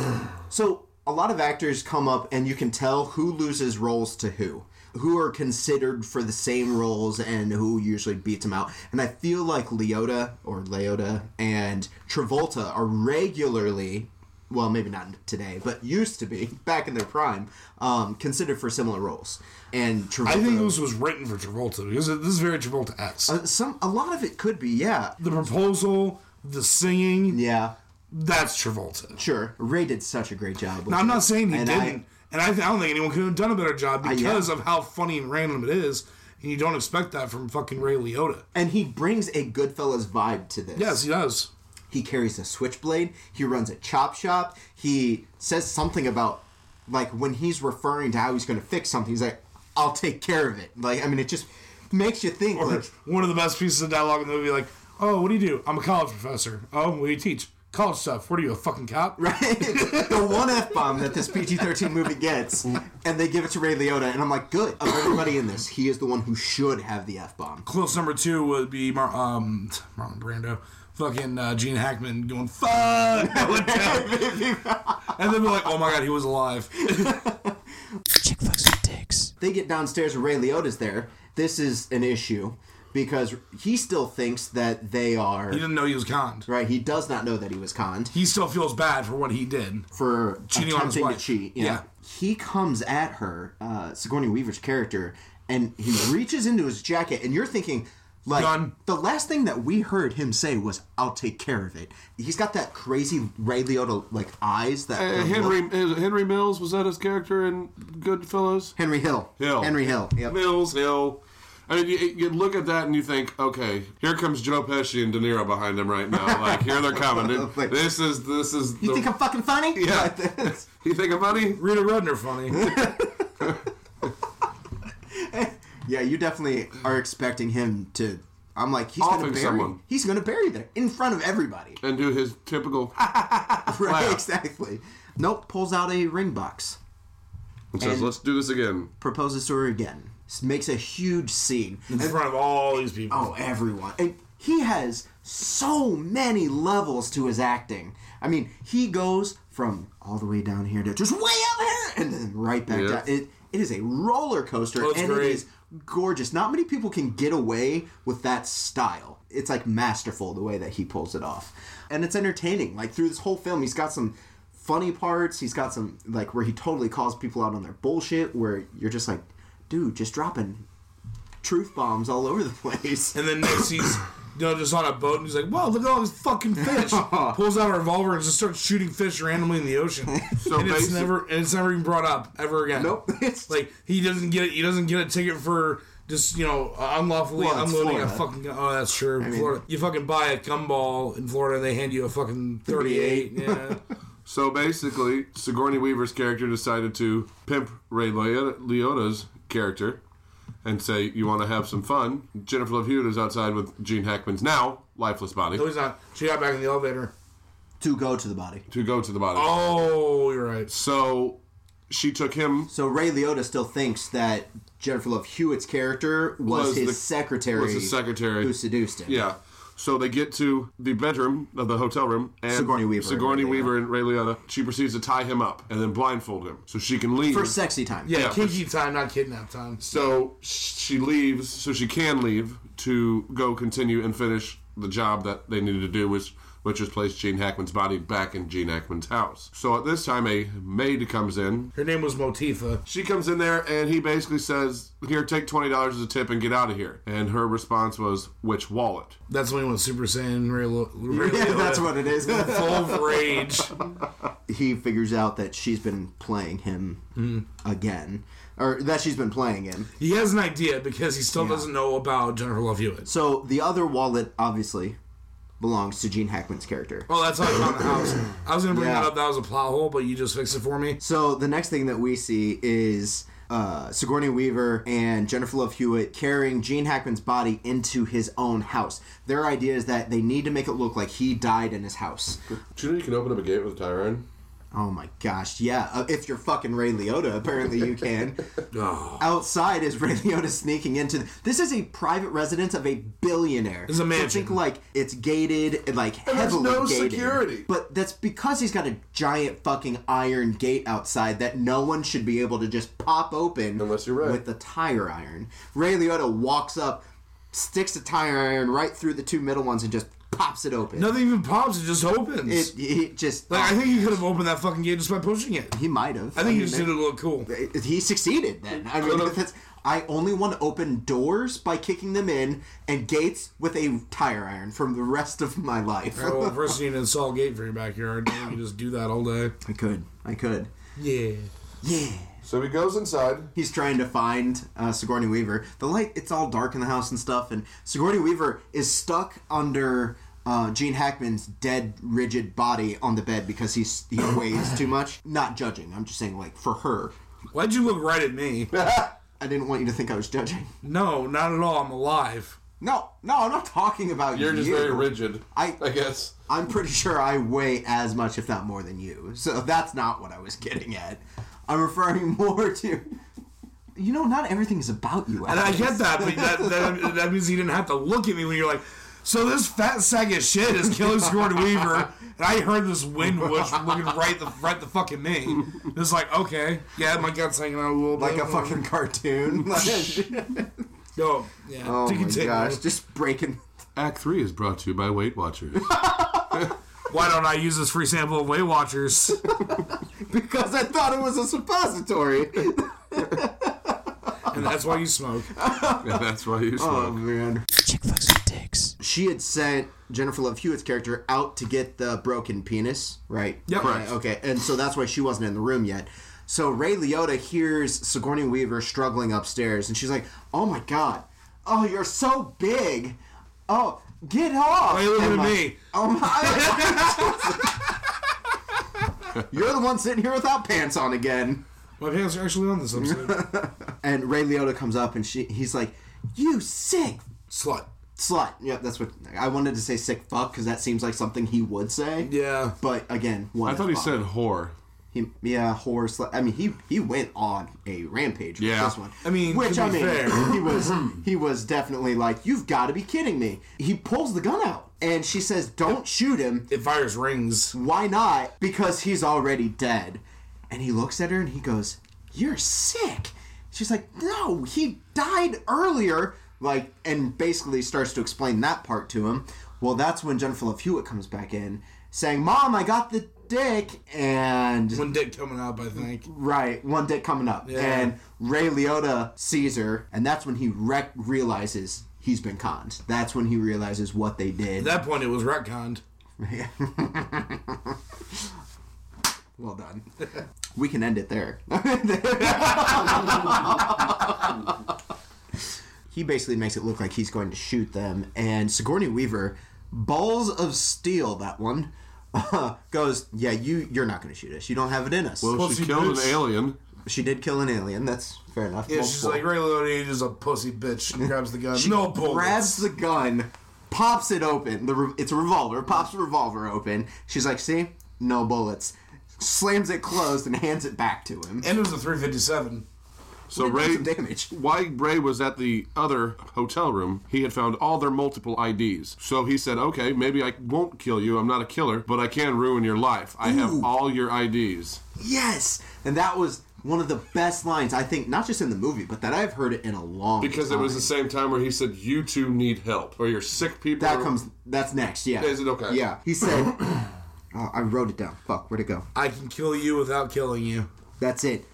Speaker 5: so a lot of actors come up and you can tell who loses roles to who who are considered for the same roles and who usually beats them out and i feel like leota or leota and travolta are regularly well maybe not today but used to be back in their prime um, considered for similar roles and travolta
Speaker 6: I think this was written for Travolta because this is very Travolta esque.
Speaker 5: some a lot of it could be yeah
Speaker 6: The proposal, the singing,
Speaker 5: yeah
Speaker 6: that's Travolta.
Speaker 5: sure ray did such a great job with
Speaker 6: Now, I'm
Speaker 5: it.
Speaker 6: not saying he
Speaker 5: And I-
Speaker 6: didn't, and I, th- I don't think anyone could have done a better job
Speaker 5: yeah.
Speaker 6: because of how funny and random it is. And you don't expect that from fucking Ray Liotta.
Speaker 5: and he brings a goodfellas vibe to this
Speaker 6: Yes, he does.
Speaker 5: He carries a switchblade. He runs a chop shop. He says something about, like, when he's referring to how he's going to fix something, he's like, I'll take care of it. Like, I mean, it just makes you think, like,
Speaker 6: One of the best pieces of dialogue in the movie, like, oh, what do you do? I'm a college professor. Oh, what do you teach? College stuff. What are you, a fucking cop?
Speaker 5: Right? the one F bomb that this PG 13 movie gets, and they give it to Ray Liotta, and I'm like, good. Of everybody in this, he is the one who should have the F bomb.
Speaker 6: Close number two would be Mar- um, Marlon Brando. Fucking uh, Gene Hackman going, fuck! that went down." and then be like, oh my god, he was alive.
Speaker 4: Chick flicks with dicks.
Speaker 5: They get downstairs, and Ray Liotta's there. This is an issue because he still thinks that they are.
Speaker 6: He didn't know he was conned.
Speaker 5: Right, he does not know that he was conned
Speaker 6: He still feels bad for what he did.
Speaker 5: for
Speaker 6: Cheating on his
Speaker 5: attempting to
Speaker 6: wife.
Speaker 5: cheat. Yeah.
Speaker 6: Yeah.
Speaker 5: He comes at her, uh, Sigourney Weaver's character, and he reaches into his jacket, and you're thinking, like,
Speaker 6: Gun.
Speaker 5: the last thing that we heard him say was, I'll take care of it. He's got that crazy Ray Liotta, like, eyes that.
Speaker 7: Uh, Henry is- Henry Mills was that his character in Goodfellas?
Speaker 5: Henry Hill.
Speaker 7: Hill.
Speaker 5: Henry Hill. Yep.
Speaker 7: Mills Hill. I mean, you, you look at that and you think, okay, here comes Joe Pesci and De Niro behind him right now. Like here they're coming.
Speaker 5: Like-
Speaker 7: this is this is.
Speaker 5: You think I'm fucking funny?
Speaker 7: Yeah. you think I'm funny?
Speaker 6: Rita Rudner funny.
Speaker 5: yeah, you definitely are expecting him to. I'm like, he's
Speaker 7: Offing
Speaker 5: going to bury.
Speaker 7: someone.
Speaker 5: He's going to bury that in front of everybody.
Speaker 7: And do his typical.
Speaker 5: Ah, Right,
Speaker 7: Wow.
Speaker 5: exactly. Nope, pulls out a ring box,
Speaker 7: says, let's do this again.
Speaker 5: proposes to her again, s- makes a huge scene.
Speaker 6: In front of all these people.
Speaker 5: Oh, everyone. And he has so many levels to his acting. I mean, he goes from all the way down here to just way up here and then right back
Speaker 7: Yeah.
Speaker 5: down. It, it is a roller coaster
Speaker 6: Oh, it's
Speaker 5: and
Speaker 6: great.
Speaker 5: it is gorgeous. Not many people can get away with that style. It's like masterful the way that he pulls it off. And it's entertaining. Like through this whole film, he's got some funny parts. He's got some like where he totally calls people out on their bullshit where you're just like, dude, just dropping truth bombs all over the place.
Speaker 6: And then next he's you know, just on a boat and he's like, Wow, look at all these fucking fish. Pulls out a revolver and just starts shooting fish randomly in the ocean.
Speaker 7: So
Speaker 6: and it's
Speaker 7: basi-
Speaker 6: never and it's never even brought up ever again.
Speaker 5: Nope. It's
Speaker 6: like he doesn't get he doesn't get a ticket for just you know uh, unlawfully
Speaker 5: Well, it's
Speaker 6: unloading a
Speaker 5: Florida.
Speaker 6: fucking gun. oh that's true Florida you fucking buy a gumball in Florida and they hand you a fucking thirty eight yeah
Speaker 7: So basically, Sigourney Weaver's character decided to pimp Ray Liotta- Liotta's character and say, you want to have some fun. Jennifer Love Hewitt is outside with Gene Hackman's now lifeless body
Speaker 6: no he's not she got back in the elevator
Speaker 5: to go to the body.
Speaker 7: to go to the body.
Speaker 6: oh you're right
Speaker 7: So she took him
Speaker 5: So Ray Liotta still thinks that Jennifer Love Hewitt's character was,
Speaker 7: Was
Speaker 5: his
Speaker 7: the-
Speaker 5: secretary.
Speaker 7: was his secretary.
Speaker 5: who seduced him.
Speaker 7: Yeah. So they get to the bedroom of the hotel room, and
Speaker 5: Sigourney Weaver and
Speaker 7: Sigourney
Speaker 5: Ray
Speaker 7: Weaver and Ray Liotta. She proceeds to tie him up and then blindfold him so she can leave.
Speaker 5: for sexy time.
Speaker 7: yeah.
Speaker 6: kinky time not kidnap time
Speaker 7: so she leaves, so she can leave to go continue and finish the job that they needed to do, which which was place Gene Hackman's body back in Gene Hackman's house. So at this time, a maid comes in.
Speaker 6: her name was Motifa
Speaker 7: She comes in there and he basically says, "Here, take twenty dollars as a tip and get out of here." And her response was, "Which wallet?"
Speaker 6: that's when he went Super Saiyan Ray, Lo- Ray
Speaker 5: Yeah,
Speaker 6: Liotta.
Speaker 5: that's what it is.
Speaker 6: full of rage
Speaker 5: he figures out that she's been playing him
Speaker 7: Mm-hmm.
Speaker 5: again, or that she's been playing him.
Speaker 6: he has an idea because he still doesn't know about Jennifer Love Hewitt
Speaker 5: So the other wallet obviously belongs to Gene Hackman's character.
Speaker 6: oh that's how I found the house I was gonna bring
Speaker 5: Yeah.
Speaker 6: that up that was a plot hole but you just fixed it for me
Speaker 5: So the next thing that we see is uh, Sigourney Weaver and Jennifer Love Hewitt carrying Gene Hackman's body into his own house. Their idea is that they need to make it look like he died in his house.
Speaker 7: Do you know you can open up a gate with a tie iron?
Speaker 5: Oh my gosh, yeah. Uh, if you're fucking Ray Liotta, apparently you can.
Speaker 6: oh
Speaker 5: Outside is Ray Liotta sneaking into. This is a private residence of a billionaire.
Speaker 6: It's a mansion.
Speaker 5: So think like it's gated, and, like
Speaker 7: there's
Speaker 5: heavily
Speaker 7: no
Speaker 5: gated.
Speaker 7: security.
Speaker 5: But that's because he's got a giant fucking iron gate outside that no one should be able to just pop open
Speaker 7: Unless you're Ray.
Speaker 5: with a tire iron. Ray Liotta walks up, sticks a tire iron right through the two middle ones, and just pops it open.
Speaker 6: Nothing even pops. It just opens.
Speaker 5: it, it just uh,
Speaker 6: like I think he could have opened that fucking gate just by pushing it.
Speaker 5: he might have.
Speaker 6: I think he just
Speaker 5: they-
Speaker 6: did it to look cool.
Speaker 5: he succeeded then. I mean, that's, I only want to open doors by kicking them in and gates with a tire iron from the rest of my life.
Speaker 6: Alright, well, first you need to install a gate for your backyard. You can just do that all day.
Speaker 5: I could. I could.
Speaker 6: Yeah.
Speaker 5: Yeah.
Speaker 7: So he goes inside.
Speaker 5: He's trying to find uh, Sigourney Weaver. The light, it's all dark in the house and stuff, and Sigourney Weaver is stuck under. Uh, Gene Hackman's dead, rigid body on the bed because he's he weighs too much. Not judging, I'm just saying, like for her,
Speaker 6: Why'd you look right at me?
Speaker 5: I didn't want you to think I was judging.
Speaker 6: No, not at all. I'm alive.
Speaker 5: No, no, I'm not talking about you.
Speaker 7: You're just very rigid.
Speaker 5: I-
Speaker 7: I guess.
Speaker 5: I'm pretty sure I weigh as much, if not more, than you. So that's not what I was getting at. I'm referring more to. You know, not everything is about you.
Speaker 6: And I get that, but that, that, that means you didn't have to look at me when you're like, so this fat sack of shit is killing Stuart Weaver, and I heard this wind whoosh looking right the right the fucking me. It's like, okay, yeah, my gut's hanging out a little
Speaker 5: Like
Speaker 6: bit.
Speaker 5: a fucking cartoon.
Speaker 6: Oh, yeah.
Speaker 5: oh
Speaker 6: to
Speaker 5: my
Speaker 6: continue.
Speaker 5: gosh, just breaking.
Speaker 7: Act three is brought to you by Weight Watchers.
Speaker 6: Why don't I use this free sample of Weight Watchers?
Speaker 5: Because I thought it was a suppository.
Speaker 6: and that's why you smoke.
Speaker 7: yeah, that's why you
Speaker 5: Oh
Speaker 7: smoke.
Speaker 5: man. She had sent Jennifer Love Hewitt's character out to get the broken penis, right?
Speaker 6: Yep. Correct.
Speaker 5: Uh, okay, and so that's why she wasn't in the room yet. So Ray Liotta hears Sigourney Weaver struggling upstairs, and she's like, "Oh my god, oh you're so big, oh get off!"
Speaker 6: Why are you looking
Speaker 5: And
Speaker 6: at
Speaker 5: my-
Speaker 6: me?
Speaker 5: Oh my! you're the one sitting here without pants on again.
Speaker 6: My pants are actually on this episode.
Speaker 5: And Ray Liotta comes up, and she he's like, "You sick
Speaker 6: Slut.
Speaker 5: slut. Yep, that's what I wanted to say. Sick fuck, because that seems like something he would say.
Speaker 6: Yeah.
Speaker 5: But again, one.
Speaker 7: I thought he said whore.
Speaker 5: He, yeah, horror. Slut. I mean, he he went on a rampage. With
Speaker 7: Yeah.
Speaker 5: this one.
Speaker 6: I mean,
Speaker 5: which
Speaker 6: to
Speaker 5: I
Speaker 6: be
Speaker 5: mean,
Speaker 6: fair.
Speaker 5: he was he was definitely like, you've got to be kidding me. He pulls the gun out, and she says, "Don't shoot him."
Speaker 6: It fires rings.
Speaker 5: Why not? Because he's already dead. And he looks at her and he goes, You're sick. She's like, No, he died earlier. Like, and basically starts to explain that part to him. Well, that's when Jennifer Love Hewitt comes back in saying, Mom, I got the dick. And
Speaker 6: One dick coming up, I think.
Speaker 5: right, one dick coming up. And Ray Liotta sees her. And that's when he rec- realizes he's been conned. That's when he realizes what they did.
Speaker 6: At that point, it was retconned.
Speaker 5: well done. we can end it there. he basically makes it look like he's going to shoot them, and Sigourney Weaver, balls of steel, that one, goes, "Yeah, you you're not going to shoot us. You don't have it in us."
Speaker 7: Well,
Speaker 6: Pussy
Speaker 7: she killed
Speaker 6: boots.
Speaker 7: an alien.
Speaker 5: she did kill an alien. That's fair enough.
Speaker 6: Yeah, she's
Speaker 5: Multiple.
Speaker 6: like, Ray Liotta is a pussy bitch. And grabs the gun.
Speaker 5: She
Speaker 6: no bullets.
Speaker 5: grabs the gun, pops it open. The re- it's a revolver. Pops the revolver open. She's like, "See, no bullets." Slams it closed and hands it back to him.
Speaker 6: and it was a 357.
Speaker 7: So
Speaker 5: Did
Speaker 7: Ray,
Speaker 5: some damage.
Speaker 7: why Ray was at the other hotel room, he had found all their multiple IDs. So he said, "Okay, maybe I won't kill you. I'm not a killer, but I can ruin your life. I have all your IDs."
Speaker 5: Yes, and that was one of the best lines I think, not just in the movie, but that I've heard it in a long
Speaker 7: Because
Speaker 5: time.
Speaker 7: it was the same time where he said, "You two need help, or you're sick people."
Speaker 5: that
Speaker 7: or-
Speaker 5: comes that's next. Yeah,
Speaker 7: Is it okay?
Speaker 5: Yeah, he said. oh, I wrote it down. Fuck, where'd it go?
Speaker 6: I can kill you without killing you.
Speaker 5: That's it.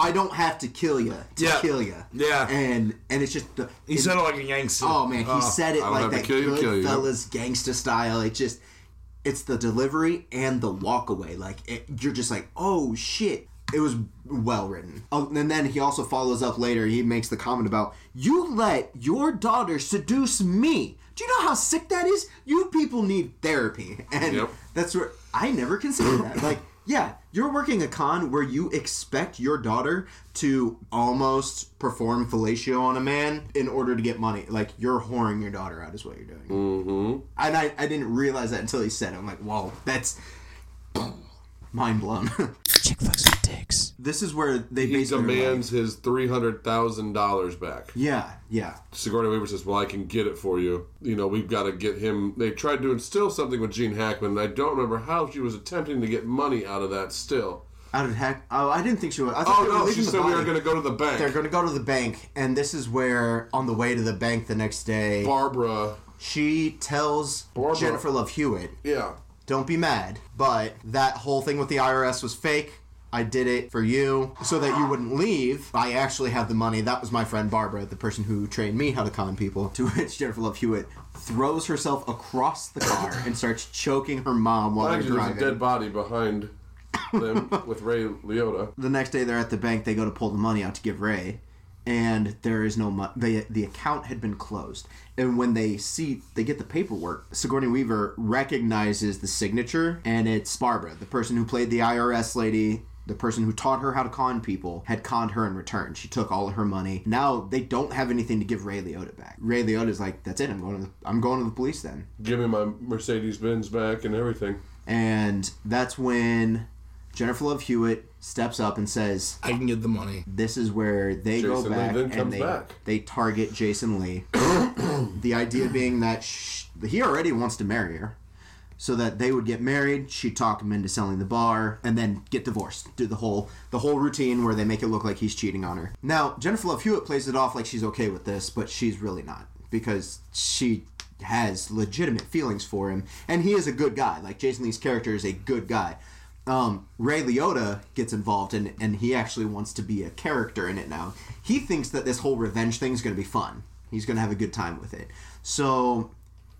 Speaker 5: I don't have to kill you to
Speaker 6: Yeah.
Speaker 5: kill you.
Speaker 6: Yeah.
Speaker 5: and and it's just the,
Speaker 6: He said it like a Yangtze. Uh,
Speaker 5: Oh man, he said it
Speaker 7: I don't
Speaker 5: like
Speaker 7: have to
Speaker 5: that
Speaker 7: kill you, kill you.
Speaker 5: Goodfellas gangsta style. It just, it's the delivery and the walk away. Like it, you're just like, oh shit. It was well written. Oh, and then he also follows up later. He makes the comment about you let your daughter seduce me. Do you know how sick that is? You people need therapy, and
Speaker 7: Yep.
Speaker 5: that's where I never considered that. Like, yeah, you're working a con where you expect your daughter to almost perform fellatio on a man in order to get money. Like, you're whoring your daughter out is what you're doing. Mm-hmm. And I, I didn't realize that until he said it. I'm like, whoa, that's mind blown.
Speaker 4: Chick flicks with dicks.
Speaker 5: this is where they
Speaker 7: He
Speaker 5: basically are like-
Speaker 7: demands his three hundred thousand dollars back.
Speaker 5: yeah, yeah.
Speaker 7: Sigourney Weaver says, "Well, I can get it for you. You know, we've got to get him." They tried to instill something with Gene Hackman. And I don't remember how she was attempting to get money out of that. Still,
Speaker 5: Out of heck. Oh, I didn't think she would. I thought
Speaker 7: oh
Speaker 5: they were
Speaker 7: no, she
Speaker 5: leaving the
Speaker 7: said we were
Speaker 5: body.
Speaker 7: going to go to the
Speaker 5: They're
Speaker 7: bank.
Speaker 5: going to go to the bank, and this is where, on the way to the bank the next day,
Speaker 7: Barbara,
Speaker 5: she tells
Speaker 7: Barbara.
Speaker 5: Jennifer Love Hewitt
Speaker 7: yeah,
Speaker 5: don't be mad. But that whole thing with the IRS was fake. I did it for you so that you wouldn't leave. I actually have the money. That was my friend Barbara, the person who trained me how to con people. To which Jennifer Love Hewitt throws herself across the car and starts choking her mom while they're
Speaker 7: actually, there's a
Speaker 5: driving.
Speaker 7: dead body behind them with Ray Liotta.
Speaker 5: the next day they're at the bank they go to pull the money out to give ray and there is no money they, the account had been closed and when they see they get the paperwork sigourney weaver recognizes the signature and it's barbara the person who played the irs lady the person who taught her how to con people, had conned her in return. She took all of her money. Now they don't have anything to give Ray Liotta back. Ray Liotta's like, "That's it. I'm going to the, I'm going to the police then."
Speaker 7: Give me my Mercedes Benz back and everything.
Speaker 5: And that's when Jennifer Love Hewitt steps up and says,
Speaker 6: I can get the money.
Speaker 5: this is where they go
Speaker 7: Jason Lee
Speaker 5: back
Speaker 7: then
Speaker 5: and
Speaker 7: comes
Speaker 5: they,
Speaker 7: back.
Speaker 5: they target Jason Lee. the idea being that sh he already wants to marry her, so that they would get married. She'd talk him into selling the bar and then get divorced. Do the whole the whole routine where they make it look like he's cheating on her. Now Jennifer Love Hewitt plays it off like she's okay with this, but she's really not because she has legitimate feelings for him, and he is a good guy. Like Jason Lee's character is a good guy um, Ray Liotta gets involved in, and he actually wants to be a character in it now. He thinks that this whole revenge thing is going to be fun. He's going to have a good time with it. So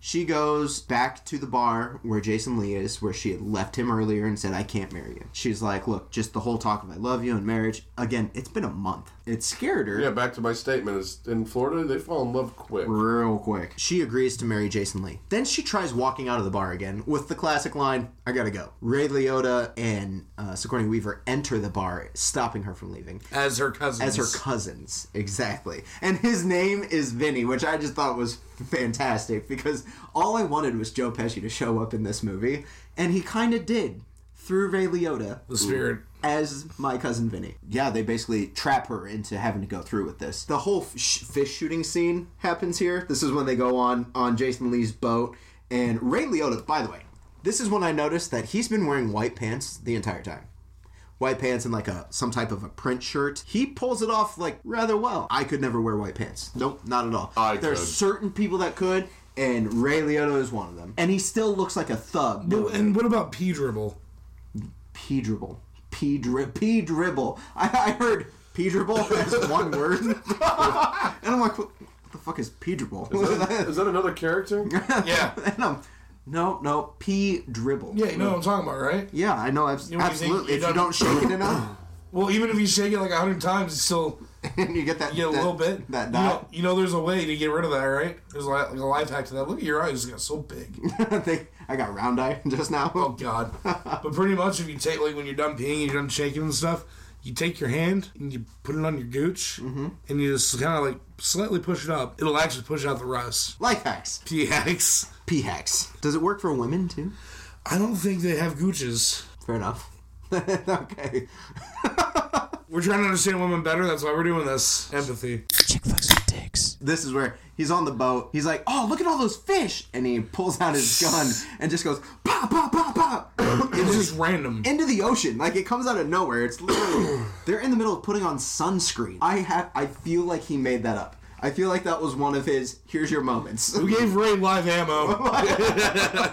Speaker 5: she goes back to the bar where Jason Lee is, where she had left him earlier and said, I can't marry you. She's like, Look, just the whole talk of I love you and marriage. Again, it's been a month. It scared her
Speaker 7: Yeah, back to my statement. Is in Florida they fall in love quick.
Speaker 5: real quick. She agrees to marry Jason Lee. Then she tries walking out of the bar again with the classic line, I gotta go. Ray Liotta and uh, Sigourney Weaver enter the bar, stopping her from leaving.
Speaker 6: As her cousin.
Speaker 5: As her cousins, exactly. And his name is Vinny, which I just thought was fantastic because all I wanted was Joe Pesci to show up in this movie, and he kind of did through Ray Liotta
Speaker 6: The spirit.
Speaker 5: as my cousin Vinny. Yeah, they basically trap her into having to go through with this. The whole fish, fish shooting scene happens here. This is when they go on on Jason Lee's boat and Ray Liotta. By the way, this is when I noticed that he's been wearing white pants the entire time. White pants and like a some type of a print shirt. He pulls it off like rather well. I could never wear white pants. Nope, not at all.
Speaker 7: I
Speaker 5: There's
Speaker 7: could.
Speaker 5: certain people that could, and Ray Liotta is one of them. And he still looks like a thug.
Speaker 6: No, Oh, and what about P dribble?
Speaker 5: P dribble. P drib P dribble. I, I heard P dribble as one word. and I'm like, what, what the fuck is P dribble?
Speaker 7: Is that another character?
Speaker 6: Yeah.
Speaker 5: and I'm, no, no, P dribble.
Speaker 6: Yeah, you know what I'm talking about, right?
Speaker 5: Yeah, I know. abs-
Speaker 6: know what you think?
Speaker 5: absolutely.
Speaker 6: You
Speaker 5: if you
Speaker 6: don't-
Speaker 5: don't shake it enough,
Speaker 6: Well, even if you shake it like a hundred times, it's still
Speaker 5: and you get that,
Speaker 6: you get a
Speaker 5: that-
Speaker 6: little bit.
Speaker 5: That
Speaker 6: you, know,
Speaker 5: dot.
Speaker 6: you know, there's a way to get rid of that, right? There's a, li- like a life hack to that. Look at your eyes; just got so big.
Speaker 5: They- I got round eye just now.
Speaker 6: Oh God! but pretty much, if you take like when you're done peeing, you're done shaking and stuff, you take your hand and you put it on your gooch,
Speaker 5: Mm-hmm.
Speaker 6: and you just kind of like slightly push it up. It'll actually push out the rust.
Speaker 5: Life hacks.
Speaker 6: PX.
Speaker 5: P hacks. Does it work for women too?
Speaker 6: I don't think they have gooches.
Speaker 5: Fair enough. okay.
Speaker 6: We're trying to understand women better. That's why we're doing this. Empathy.
Speaker 4: Chick flicks with dicks.
Speaker 5: this is where he's on the boat. He's like, "Oh, look at all those fish!" And he pulls out his gun and just goes, "Pop, pop, pop, pop!"
Speaker 6: It's just random.
Speaker 5: into the ocean. Like it comes out of nowhere. It's literally they're in the middle of putting on sunscreen. I have. I feel like he made that up. I feel like that was one of his "here's your moments."
Speaker 6: Who gave Ray live ammo?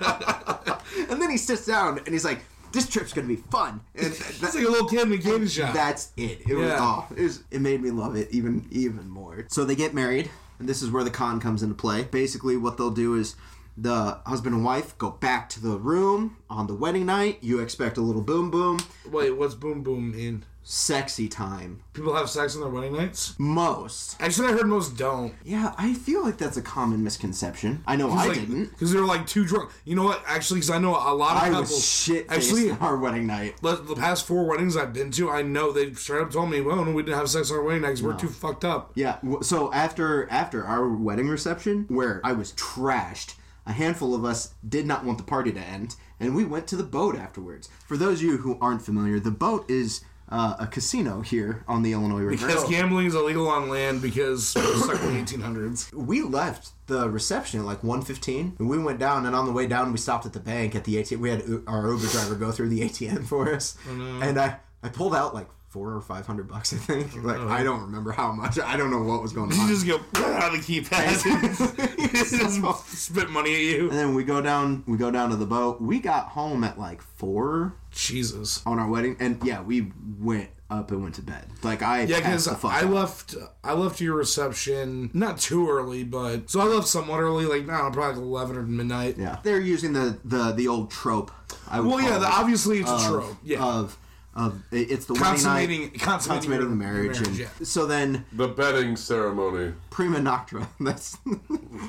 Speaker 5: and then he sits down and he's like, "This trip's gonna be fun." And
Speaker 6: That's like a little kid in a candy shop.
Speaker 5: That's it. It was
Speaker 6: Yeah.
Speaker 5: oh, it, was, it made me love it even even more. So they get married, and this is where the con comes into play. Basically, what they'll do is the husband and wife go back to the room on the wedding night. You expect a little boom boom,
Speaker 6: Wait, what's boom boom mean?
Speaker 5: sexy time.
Speaker 6: People have sex on their wedding nights?
Speaker 5: Most.
Speaker 6: Actually, I heard most don't.
Speaker 5: Yeah, I feel like that's a common misconception. I know I didn't.
Speaker 6: Because they were like too drunk. You know what? Actually, because I know a lot of
Speaker 5: I
Speaker 6: couples.
Speaker 5: was shit actually
Speaker 6: actually,
Speaker 5: on our wedding night.
Speaker 6: the, the past four weddings I've been to, I know they straight up told me, well, no, we didn't have sex on our wedding night 'cause we're too fucked up.
Speaker 5: Yeah. w- So after after our wedding reception, where I was trashed, a handful of us did not want the party to end, and we went to the boat afterwards. For those of you who aren't familiar, the boat is uh, a casino here on the Illinois River.
Speaker 6: Because gambling is illegal on land because we're stuck in the 1800s.
Speaker 5: we left the reception at like 1.15 and we went down and on the way down we stopped at the bank at the atm we had U- our uber driver go through the atm for us
Speaker 6: Oh,
Speaker 5: and i i pulled out like four or five hundred bucks i think like i don't remember how much i don't know what was going
Speaker 6: Oh, You
Speaker 5: on
Speaker 6: just go out of the keypad. just spit money at you.
Speaker 5: And then we go down. We go down to the boat. We got home at like four
Speaker 6: Jesus.
Speaker 5: on our wedding, and yeah, we went up and went to bed. Like I
Speaker 6: Yeah,
Speaker 5: passed
Speaker 6: because
Speaker 5: the fuck
Speaker 6: I
Speaker 5: out.
Speaker 6: left I left your reception not too early, but so I left somewhat early, like now probably like eleven or midnight.
Speaker 5: Yeah, they're using the the the old trope. I would
Speaker 6: Well, yeah,
Speaker 5: call
Speaker 6: the,
Speaker 5: it,
Speaker 6: obviously it's a
Speaker 5: of-
Speaker 6: trope. Yeah,
Speaker 5: Of of it- it's the wedding
Speaker 6: consummating
Speaker 5: night,
Speaker 6: consummating,
Speaker 5: consummating
Speaker 6: your-
Speaker 5: the marriage,
Speaker 6: your
Speaker 5: and
Speaker 6: yeah.
Speaker 5: so then
Speaker 7: The betting ceremony.
Speaker 5: prima noctra. That's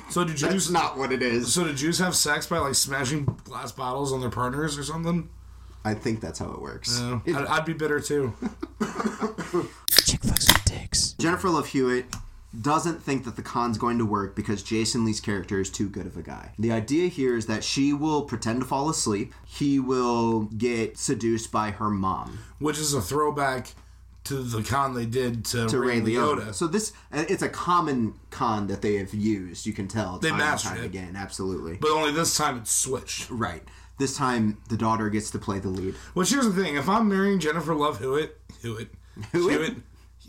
Speaker 6: So did you
Speaker 5: that's not what it is.
Speaker 6: So did Jews have sex by like smashing glass bottles on their partners or something?
Speaker 5: I think that's how it works.
Speaker 6: You know? I'd, I'd be bitter too.
Speaker 4: Chick flicks with dicks.
Speaker 5: Jennifer Love Hewitt doesn't think that the con's going to work because Jason Lee's character is too good of a guy. The idea here is that she will pretend to fall asleep. He will get seduced by her mom
Speaker 6: Which is a throwback to the con they did to,
Speaker 5: to
Speaker 6: Ray, Liotta.
Speaker 5: So this uh, it's a common con that they have used. You can tell
Speaker 6: They
Speaker 5: time and
Speaker 6: mastered
Speaker 5: time
Speaker 6: it.
Speaker 5: again. Absolutely.
Speaker 6: but only this time it's switched.
Speaker 5: right. This time the daughter gets to play the lead.
Speaker 6: Which here's the thing: if I'm marrying Jennifer Love Hewitt, Hewitt, Hewitt,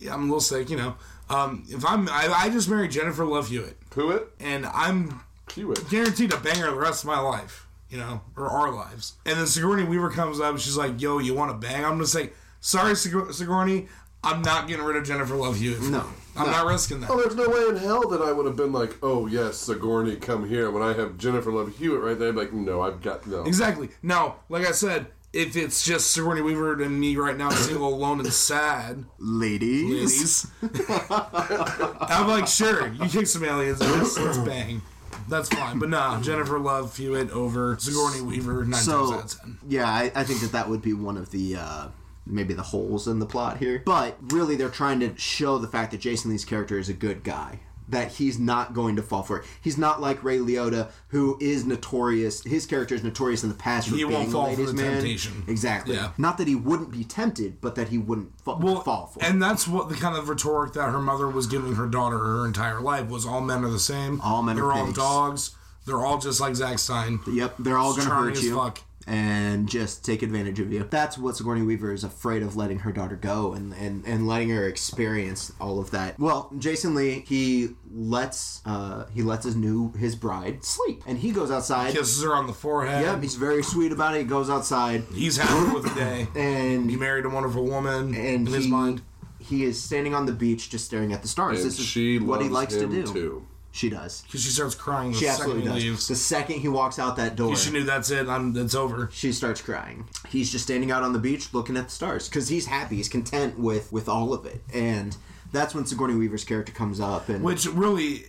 Speaker 6: yeah, I'm a little sick, you know. Um, if I'm, I, I just married Jennifer Love Hewitt,
Speaker 7: Who it?
Speaker 6: and I'm
Speaker 7: You it.
Speaker 6: guaranteed to bang her the rest of my life, you know, or our lives. And then Sigourney Weaver comes up and she's like, "Yo, you want to bang?" I'm gonna say, "Sorry, Sig- Sigourney, I'm not getting rid of Jennifer Love Hewitt.
Speaker 5: No,
Speaker 6: I'm not risking that."
Speaker 7: Oh, there's no way in hell that I would have been like, oh yes, Sigourney, come here. When I have Jennifer Love Hewitt right there, I'd be like, no, I've got no.
Speaker 6: Exactly. Now, like I said, if it's just Sigourney Weaver and me right now, single, alone, and sad,
Speaker 5: Ladies.
Speaker 6: ladies, I'm like, sure, you kick some aliens, and let's, let's bang. That's fine. But nah, Jennifer Love Hewitt over Sigourney Weaver nine times out
Speaker 5: So
Speaker 6: of ten.
Speaker 5: yeah, I, I think that that would be one of the uh, maybe the holes in the plot here. But really, they're trying to show the fact that Jason Lee's character is a good guy. That he's not going to fall for it. He's not like Ray Liotta, who is notorious. His character is notorious in the past for
Speaker 6: He
Speaker 5: being
Speaker 6: won't
Speaker 5: a
Speaker 6: fall for
Speaker 5: ladies'
Speaker 6: the
Speaker 5: man.
Speaker 6: temptation.
Speaker 5: Exactly.
Speaker 6: Yeah.
Speaker 5: Not that he wouldn't be tempted, but that he wouldn't fa-
Speaker 6: Well,
Speaker 5: fall for it.
Speaker 6: and that's what the kind of rhetoric that her mother was giving her daughter her entire life was: all men are the same.
Speaker 5: All men are
Speaker 6: They're all
Speaker 5: pigs.
Speaker 6: dogs. They're all just like Zack Stein.
Speaker 5: Yep, they're all going to
Speaker 6: Charming
Speaker 5: hurt
Speaker 6: as
Speaker 5: you.
Speaker 6: fuck.
Speaker 5: And just take advantage of you. That's what Sigourney Weaver is afraid of letting her daughter go and, and, and letting her experience all of that. Well, Jason Lee, he lets uh, he lets his new his bride sleep. And he goes outside.
Speaker 6: Kisses her on the forehead.
Speaker 5: Yep, he's very sweet about it. He goes outside
Speaker 6: He's happy with the day.
Speaker 5: and
Speaker 6: He married a wonderful woman
Speaker 5: and
Speaker 6: in
Speaker 5: he,
Speaker 6: his mind.
Speaker 5: He is standing on the beach just staring at the stars.
Speaker 7: And
Speaker 5: this is
Speaker 7: she
Speaker 5: what he likes
Speaker 7: loves him
Speaker 5: to do.
Speaker 7: too.
Speaker 5: She does.
Speaker 6: Because she starts crying the
Speaker 5: She
Speaker 6: second
Speaker 5: absolutely
Speaker 6: he
Speaker 5: does.
Speaker 6: leaves.
Speaker 5: The second he walks out that door,
Speaker 6: 'Cause she knew that's it. I'm. That's over.
Speaker 5: she starts crying he's just standing out on the beach looking at the stars because he's happy he's content with with all of it and that's when sigourney weaver's character comes up and
Speaker 6: Which really,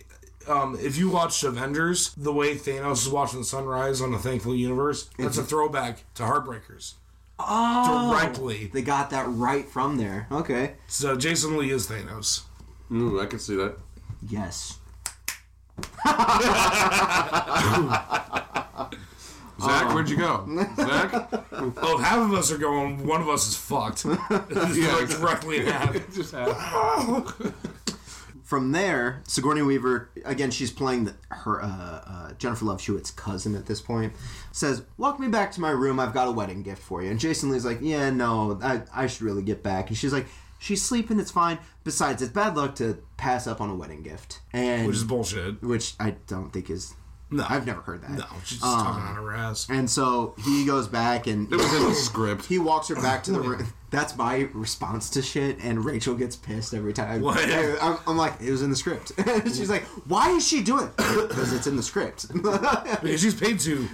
Speaker 6: um, if you watched Avengers, the way Thanos is watching the sunrise on a thankful universe, that's
Speaker 5: Mm-hmm.
Speaker 6: a throwback to Heartbreakers. Oh, directly.
Speaker 5: they got that right from there okay
Speaker 6: So Jason Lee is Thanos.
Speaker 7: Ooh, I can see that.
Speaker 5: yes
Speaker 7: Zach, where'd you go? Zach?
Speaker 6: Oh, half of us are going. One of us is fucked. like directly in half.
Speaker 7: Just happened.
Speaker 5: from there sigourney weaver again she's playing the, her uh, uh, jennifer love hewitt's cousin at this point says walk me back to my room i've got a wedding gift for you and jason lee's like yeah no i, I should really get back and she's like she's sleeping it's fine besides it's bad luck to pass up on a wedding gift and
Speaker 6: Which is bullshit.
Speaker 5: which I don't think is.
Speaker 6: No.
Speaker 5: I've never heard that. Um,
Speaker 6: No, she's just talking out of her ass.
Speaker 5: Uh. And so he goes back and
Speaker 7: It was in the script.
Speaker 5: he walks her back to the room. That's my response to shit, and Rachel gets pissed every time.
Speaker 6: What?
Speaker 5: I, I'm, I'm like, it was in the script. She's like, why is she doing it? Because it's in the script.
Speaker 6: Because she's paid to.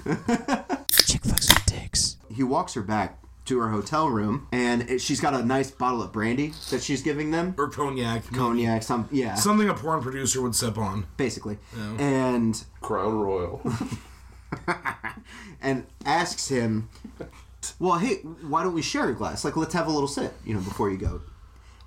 Speaker 4: Chick flicks with dicks.
Speaker 5: he walks her back to her hotel room, and it, she's got a nice bottle of brandy that she's giving them.
Speaker 6: Or cognac.
Speaker 5: Cognac, some yeah,
Speaker 6: Something a porn producer would sip on.
Speaker 5: basically, and
Speaker 7: Crown Royal.
Speaker 5: and asks him, "Well, hey, why don't we share a glass? Like, let's have a little sip, you know, before you go."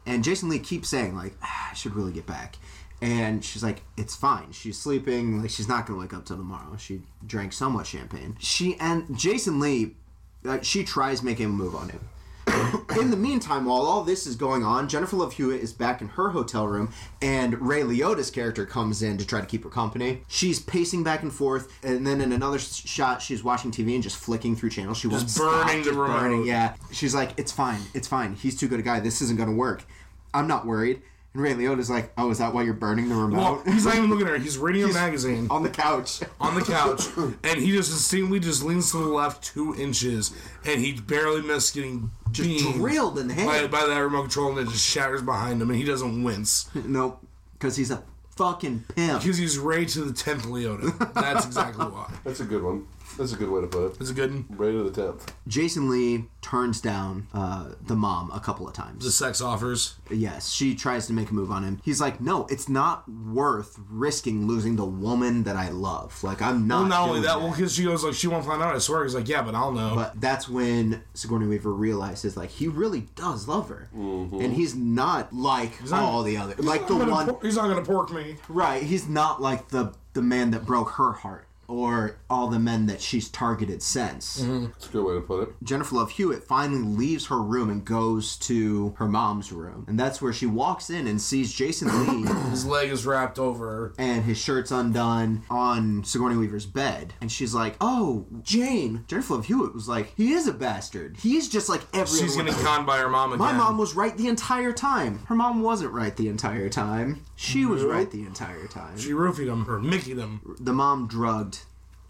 Speaker 5: And Jason Lee keeps saying, "Like, "Ah, I should really get back." And she's like, "It's fine. She's sleeping. Like, she's not gonna wake up till tomorrow. She drank so much champagne." She and Jason Lee, like, she tries making a move on him. In the meantime, while all this is going on, Jennifer Love Hewitt is back in her hotel room, and Ray Liotta's character comes in to try to keep her company. She's pacing back and forth, and then in another s- shot, she's watching TV and just flicking through channels. She was
Speaker 6: burning the remote.
Speaker 5: yeah, she's like, "It's fine, it's fine. He's too good a guy. This isn't gonna work. I'm not worried." And Ray Liotta's like, "Oh, is that why you're burning the
Speaker 6: Well,
Speaker 5: remote
Speaker 6: he's not even looking at her. He's reading a magazine.
Speaker 5: on the couch?"
Speaker 6: on the couch, and he just instinctively just leans to the left two inches, and he barely missed getting just
Speaker 5: Drilled in the
Speaker 6: by,
Speaker 5: head.
Speaker 6: by that remote control, and it just shatters behind him, and he doesn't wince
Speaker 5: Nope, because he's a fucking pimp.
Speaker 6: because he's Ray to the tenth Leota. That's exactly why.
Speaker 7: That's a good one. That's a good way to put it.
Speaker 6: Is it good? one?
Speaker 7: Rated the tenth.
Speaker 5: Jason Lee turns down uh, the mom a couple of times.
Speaker 6: The sex offers.
Speaker 5: Yes, she tries to make a move on him. He's like, no, it's not worth risking losing the woman that I love. Like, I'm not.
Speaker 6: Well, not only
Speaker 5: doing
Speaker 6: that, well, because she goes like, she won't find out. I swear. He's like, yeah, but I'll know.
Speaker 5: But that's when Sigourney Weaver realizes, like, he really does love her, and he's not like
Speaker 6: not-
Speaker 5: all the other, like the
Speaker 6: I'm gonna
Speaker 5: one,
Speaker 6: por- he's not gonna pork me.
Speaker 5: right? He's not like the the man that broke her heart or all the men that she's targeted since.
Speaker 7: That's a good way to put it.
Speaker 5: Jennifer Love Hewitt finally leaves her room and goes to her mom's room, and that's where she walks in and sees Jason Lee
Speaker 6: His leg is wrapped over.
Speaker 5: and his shirt's undone on Sigourney Weaver's bed. And she's like, "Oh, Jane." Jennifer Love Hewitt was like, "He is a bastard. He's just like everyone."
Speaker 6: She's getting conned by her mom again.
Speaker 5: My mom was right the entire time. Her mom wasn't right the entire time. She was right the entire time.
Speaker 6: She roofied him or Mickeyed him.
Speaker 5: The mom drugged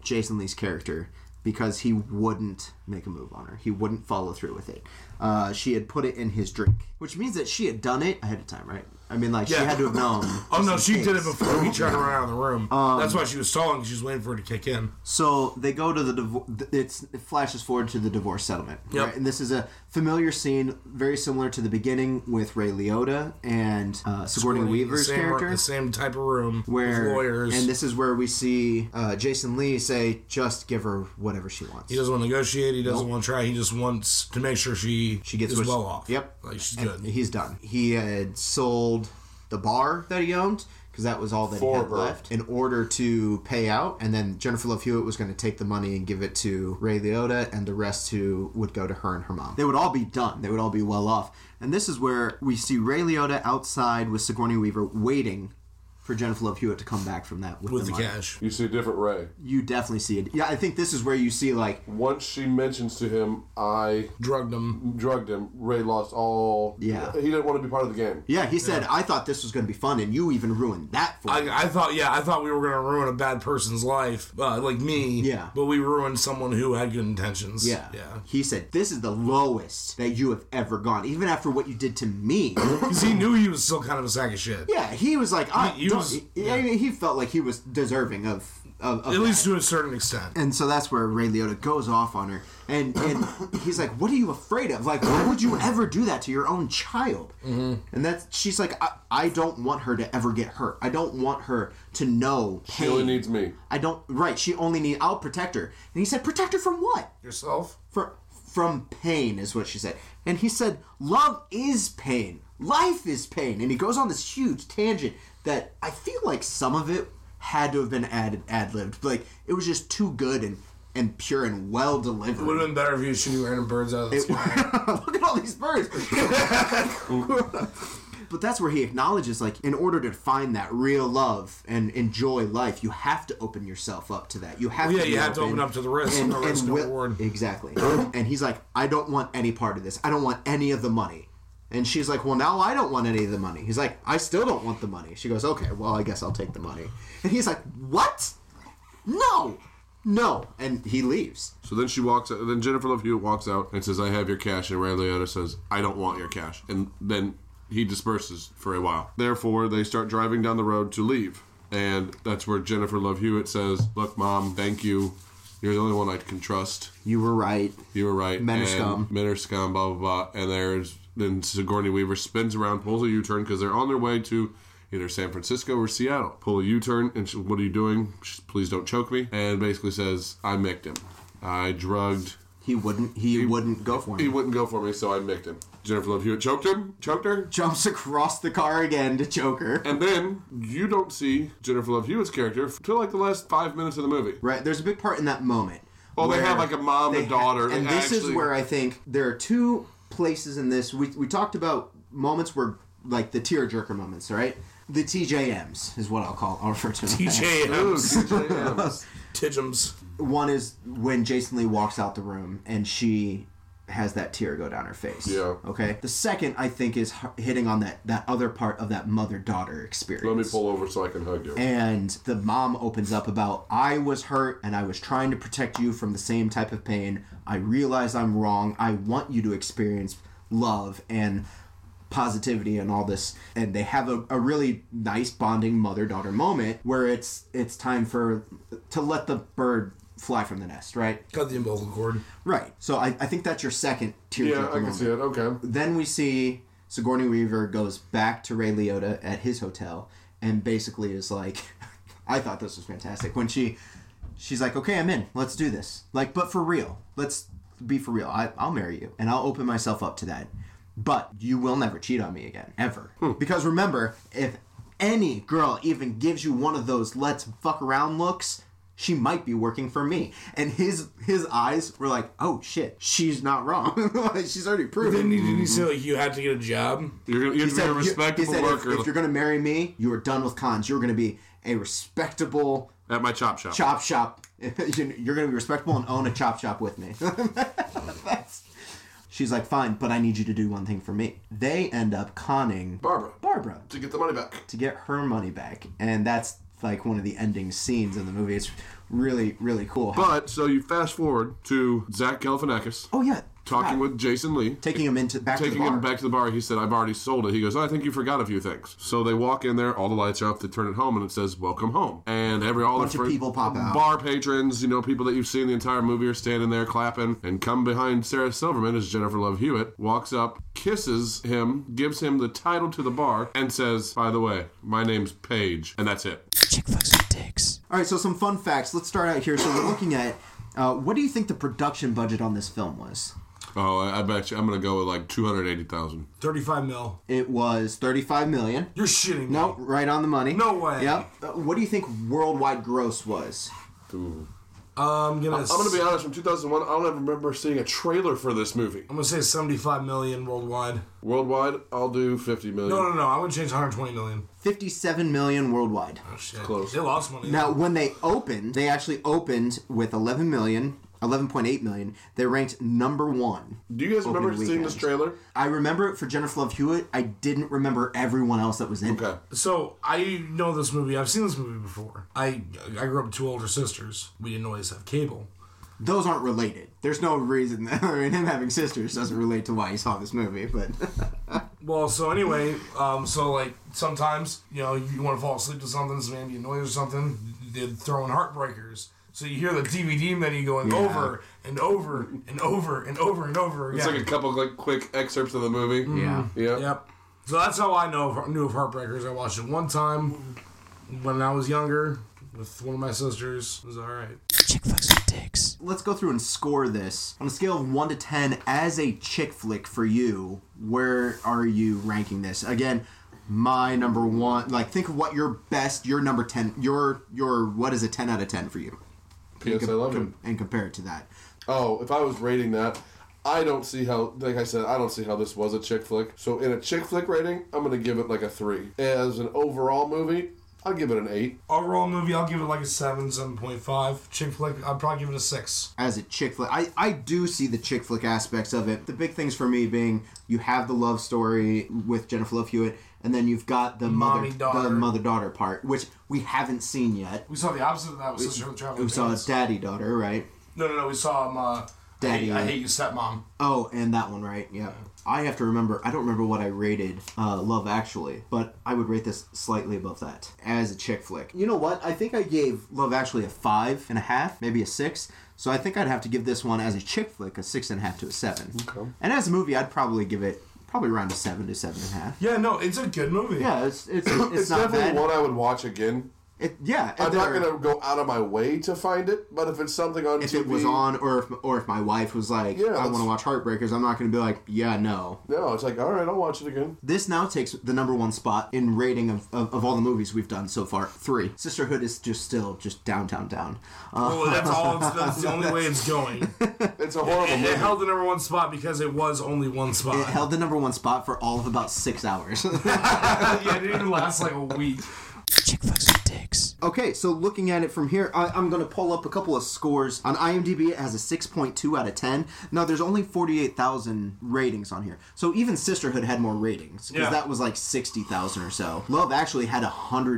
Speaker 5: Jason Lee's character because he wouldn't make a move on her. He wouldn't follow through with it. Uh, she had put it in his drink, which means that she had done it ahead of time, right? I mean, like she
Speaker 6: Yeah.
Speaker 5: had to have known.
Speaker 6: Oh
Speaker 5: just
Speaker 6: no,
Speaker 5: in
Speaker 6: she did
Speaker 5: case.
Speaker 6: it before he tried to run out of the room.
Speaker 5: Um,
Speaker 6: That's why she was stalling. 'cause She was waiting for it to kick in.
Speaker 5: So they go to the divorce. It's it flashes forward to the divorce settlement,
Speaker 6: Yep.
Speaker 5: right? And this is a familiar scene, very similar to the beginning with Ray Liotta and uh, Sigourney
Speaker 6: Scoring
Speaker 5: Weaver's
Speaker 6: the same,
Speaker 5: character.
Speaker 6: The same type of room.
Speaker 5: where
Speaker 6: with lawyers.
Speaker 5: and this is where we see uh, Jason Lee say, "Just give her whatever she wants."
Speaker 6: he doesn't want to negotiate. He doesn't want to try. He just wants to make sure she
Speaker 5: She gets
Speaker 6: is
Speaker 5: what she-
Speaker 6: well off.
Speaker 5: Yep.
Speaker 6: like she's
Speaker 5: And
Speaker 6: good.
Speaker 5: he's done. He had sold the bar that he owned because that was all that
Speaker 7: For
Speaker 5: he had
Speaker 7: her.
Speaker 5: left in order to pay out, and then Jennifer Love Hewitt was going to take the money and give it to Ray Liotta, and the rest who would go to her and her mom. They would all be done. They would all be well off. And this is where we see Ray Liotta outside with Sigourney Weaver waiting. For Jennifer Love Hewitt to come back from that with,
Speaker 6: with the
Speaker 5: money.
Speaker 6: cash.
Speaker 7: You see a different Ray.
Speaker 5: you definitely see it. Yeah, I think this is where you see like
Speaker 7: Once she mentions to him, I
Speaker 6: Drugged him.
Speaker 7: drugged him. Ray lost all.
Speaker 5: Yeah.
Speaker 7: He didn't want to be part of the game.
Speaker 5: yeah, he said I thought this was going to be fun and you even ruined that for me.
Speaker 6: I, I thought, yeah, I thought we were gonna ruin a bad person's life, uh, like me.
Speaker 5: Yeah.
Speaker 6: but we ruined someone who had good intentions.
Speaker 5: Yeah.
Speaker 6: yeah.
Speaker 5: He said this is the lowest that you have ever gone even after what you did to me.
Speaker 6: Because he knew he was still kind of a sack of shit.
Speaker 5: yeah, he was like I
Speaker 6: He- he
Speaker 5: don't-
Speaker 6: was-
Speaker 5: he- I mean, he felt like he was deserving of of, of
Speaker 6: At
Speaker 5: that.
Speaker 6: least to a certain extent.
Speaker 5: and so that's where Ray Liotta goes off on her, and and he's like, "What are you afraid of? Like, why would you ever do that to your own child?" Mm-hmm. And that's she's like, I, "I don't want her to ever get hurt. I don't want her to know
Speaker 7: She
Speaker 5: pain.
Speaker 7: only needs me.
Speaker 5: I don't. Right? She only need. I'll protect her." And he said, "Protect her from what?
Speaker 6: Yourself.
Speaker 5: For from pain is what she said." And he said, "Love is pain. Life is pain." And he goes on this huge tangent that I feel like some of it had to have been added ad libbed. Like it was just too good and and pure and well delivered.
Speaker 6: Would have been better if you shooting random birds out of the sky.
Speaker 5: Look at all these birds. but that's where he acknowledges like in order to find that real love and enjoy life, you have to open yourself up to that. You have
Speaker 6: Yeah,
Speaker 5: to be
Speaker 6: you have to open up to the risk,
Speaker 5: And,
Speaker 6: no risk,
Speaker 5: and
Speaker 6: no
Speaker 5: will-
Speaker 6: reward.
Speaker 5: Exactly. and he's like, I don't want any part of this. I don't want any of the money. And she's like, Well, now I don't want any of the money. He's like, I still don't want the money. She goes, Okay, well, I guess I'll take the money. And he's like, What? No, no. And he leaves.
Speaker 7: So then she walks. out Then Jennifer Love Hewitt walks out and says, "I have your cash." And Ray Liotta says, "I don't want your cash." And then he disperses for a while. Therefore, they start driving down the road to leave, and that's where Jennifer Love Hewitt says, "Look, mom, thank you. You're the only one I can trust.
Speaker 5: You were right.
Speaker 7: You were right.
Speaker 5: Men are
Speaker 7: and
Speaker 5: scum.
Speaker 7: Men are scum. Blah blah blah." And there's then Sigourney Weaver spins around, pulls a U-turn because they're on their way to. Either San Francisco or Seattle. Pull a U turn and she, what are you doing? She, Please don't choke me. And basically says, I micked him. I drugged
Speaker 5: He wouldn't. He, wouldn't go for him.
Speaker 7: he wouldn't go for me, so I micked him. Jennifer Love Hewitt choked him, choked her,
Speaker 5: jumps across the car again to Joker.
Speaker 7: and then you don't see Jennifer Love Hewitt's character until like the last five minutes of the movie.
Speaker 5: Right, there's a big part in that moment.
Speaker 7: Oh, they
Speaker 5: where
Speaker 7: have like a mom,
Speaker 5: they
Speaker 7: a daughter,
Speaker 5: ha- and
Speaker 7: they
Speaker 5: this is
Speaker 7: actually-
Speaker 5: where I think there are two places in this. We, we talked about moments where, like, the tearjerker moments, right? The TJMs is what I'll call, I'll refer to them.
Speaker 7: Ooh,
Speaker 6: TJMs.
Speaker 7: TJMs.
Speaker 6: Tijums.
Speaker 5: One is when Jason Lee walks out the room and she has that tear go down her face.
Speaker 7: Yeah.
Speaker 5: Okay. The second, I think, is h- hitting on that, that other part of that mother daughter experience.
Speaker 7: Let me pull over so I can hug you.
Speaker 5: and the mom opens up about I was hurt and I was trying to protect you from the same type of pain. I realize I'm wrong. I want you to experience love and positivity and all this and they have a, a really nice bonding mother-daughter moment where it's it's time for to let the bird fly from the nest, right?
Speaker 6: Cut the umbilical cord.
Speaker 5: Right. So I, I think that's your second tear.
Speaker 7: Yeah, I can see it. Okay.
Speaker 5: Then we see Sigourney Weaver goes back to Ray Liotta at his hotel and basically is like, I thought this was fantastic when she, she's like, okay, I'm in. Let's do this. Like, but for real, let's be for real. I, I'll marry you and I'll open myself up to that. But you will never cheat on me again, ever. Because remember, if any girl even gives you one of those let's fuck around looks, she might be working for me. And his his eyes were like, oh shit, she's not wrong. Like, she's already proven.
Speaker 6: Didn't he, didn't he say like you had to get a job?
Speaker 7: You're gonna, you have to be a
Speaker 5: said, you-
Speaker 7: respectable
Speaker 5: he said, if-
Speaker 7: worker
Speaker 5: If, you're going to marry me, you are done with cons. You're going to be a respectable
Speaker 7: at my chop shop.
Speaker 5: chop shop. You- you're going to be respectable and own a chop shop with me. That's- She's like, fine, but I need you to do one thing for me. They end up conning
Speaker 7: Barbara
Speaker 5: Barbara
Speaker 7: to get the money back.
Speaker 5: to get her money back, and that's like one of the ending scenes in the movie. It's really, really cool.
Speaker 7: But so you fast forward to Zach Galifianakis
Speaker 5: oh yeah,
Speaker 7: talking
Speaker 5: God.
Speaker 7: with Jason Lee.
Speaker 5: taking him into back to
Speaker 7: Taking
Speaker 5: the bar.
Speaker 7: him back to the bar, he said, I've already sold it. He goes, "Oh, I think you forgot a few things. So they walk in there, all the lights are up, they turn it home, and it says, Welcome home. And every all
Speaker 5: Bunch
Speaker 7: the
Speaker 5: of people pop out.
Speaker 7: Bar patrons, you know, people that you've seen the entire movie are standing there clapping. And come behind Sarah Silverman is Jennifer Love Hewitt, walks up, kisses him, gives him the title to the bar, and says, By the way, my name's Paige. And that's it.
Speaker 4: Chick flicks with dicks.
Speaker 5: All right, so some fun facts. Let's start out here. So we're looking at uh, what do you think the production budget on this film was?
Speaker 7: Oh, I, I bet you I'm going to go with like 280,000.
Speaker 6: Thirty-five mil.
Speaker 5: It was 35 million.
Speaker 6: You're shitting me.
Speaker 5: No, right on the money.
Speaker 6: No way.
Speaker 5: Yep. Uh, what do you think worldwide gross was?
Speaker 6: I'm gonna.
Speaker 7: I'm gonna be honest. From 2001, I don't remember seeing a trailer for this movie.
Speaker 6: I'm gonna say 75 million worldwide.
Speaker 7: Worldwide, I'll do 50 million.
Speaker 6: No, no, no. I'm gonna change 120 million.
Speaker 5: 57 million worldwide.
Speaker 6: Oh, shit.
Speaker 7: Close.
Speaker 6: They lost money.
Speaker 5: Now, when they opened, they actually opened with 11 million, 11.8 million. They ranked number one.
Speaker 7: Do you guys remember
Speaker 5: Opening
Speaker 7: seeing this
Speaker 5: weekend.
Speaker 7: trailer?
Speaker 5: I remember it for Jennifer Love Hewitt. I didn't remember everyone else that was in. it.
Speaker 7: Okay.
Speaker 6: So I know this movie. I've seen this movie before. I I grew up with two older sisters. We didn't always have cable.
Speaker 5: Those aren't related. There's no reason. I mean, him having sisters doesn't relate to why he saw this movie, but.
Speaker 6: Well, so anyway, um, so like sometimes you know you want to fall asleep to something, it's maybe annoyed or something. They're throwing heartbreakers. So you hear the DVD menu going over and over and over and over and over
Speaker 7: It's
Speaker 6: again.
Speaker 7: like a couple like quick excerpts of the movie.
Speaker 5: Mm-hmm. Yeah.
Speaker 7: Yeah.
Speaker 6: Yep. So that's how I know of, knew of Heartbreakers. I watched it one time when I was younger with one of my sisters. It was all right.
Speaker 4: Chick flicks with dicks.
Speaker 5: let's go through and score this on a scale of 1 to 10 as a chick flick for you where are you ranking this again my number one like think of what your best your number 10 your your what is a 10 out of 10 for you
Speaker 7: P.S. I love him.
Speaker 5: Com- and compare it to that
Speaker 7: Oh, if I was rating that, I don't see how. Like I said, I don't see how this was a chick flick. So in a chick flick rating, I'm gonna give it like a three. As an overall movie, I'll give it an eight.
Speaker 6: Overall movie, I'll give it like a seven, seven point five. Chick flick, I'd probably give it a six.
Speaker 5: as a chick flick I, I do see the chick flick aspects of it the big things for me being you have the love story with jennifer love hewitt and then you've got the mother
Speaker 6: Mommy, daughter.
Speaker 5: the mother daughter part which we haven't seen yet
Speaker 6: We saw the opposite of that with Sister of the Traveling
Speaker 5: we saw
Speaker 6: Pants.
Speaker 5: daddy daughter right
Speaker 6: no, no, no. We saw um, uh,
Speaker 5: Daddy.
Speaker 6: I hate, I hate you, stepmom.
Speaker 5: Oh, and that one, right? Yeah. I have to remember. I don't remember what I rated uh, Love Actually, but I would rate this slightly above that as a chick flick. You know what? I think I gave Love Actually a five and a half, maybe a six. So I think I'd have to give this one as a chick flick a six and a half to a seven. Okay. And as a movie, I'd probably give it probably around a seven to seven and a half.
Speaker 6: Yeah, no, it's a good movie.
Speaker 5: Yeah, it's it's it's,
Speaker 7: It's,
Speaker 5: not
Speaker 7: definitely
Speaker 5: bad.
Speaker 7: one I would watch again.
Speaker 5: It, yeah,
Speaker 7: I'm not
Speaker 5: there-
Speaker 7: gonna go out of my way to find it, but if it's something on
Speaker 5: If
Speaker 7: TV,
Speaker 5: it was on, or if, or if my wife was like,
Speaker 7: Yeah,
Speaker 5: "I
Speaker 7: let's-
Speaker 5: want to watch Heartbreakers," I'm not going to be like, "Yeah, no."
Speaker 7: no, it's like all right, I'll watch it again.
Speaker 5: This now takes the number one spot in rating of, of, of all the movies we've done so far. Three. Sisterhood is just still just downtown down. Uh,
Speaker 6: Well, that's all. It's, that's the only way it's going.
Speaker 7: It's a horrible
Speaker 6: And
Speaker 7: movie.
Speaker 6: it held the number one spot because it was only one spot.
Speaker 5: it held the number one spot for all of about six hours.
Speaker 6: yeah, it didn't last like a week.
Speaker 4: Chick flicks with dicks.
Speaker 5: okay, so looking at it from here, I, I'm going to pull up a couple of scores. On IMDb, it has a 6.2 out of 10. Now, there's only 48,000 ratings on here. So even Sisterhood had more ratings because
Speaker 6: Yeah.
Speaker 5: that was like 60,000 or so. Love actually had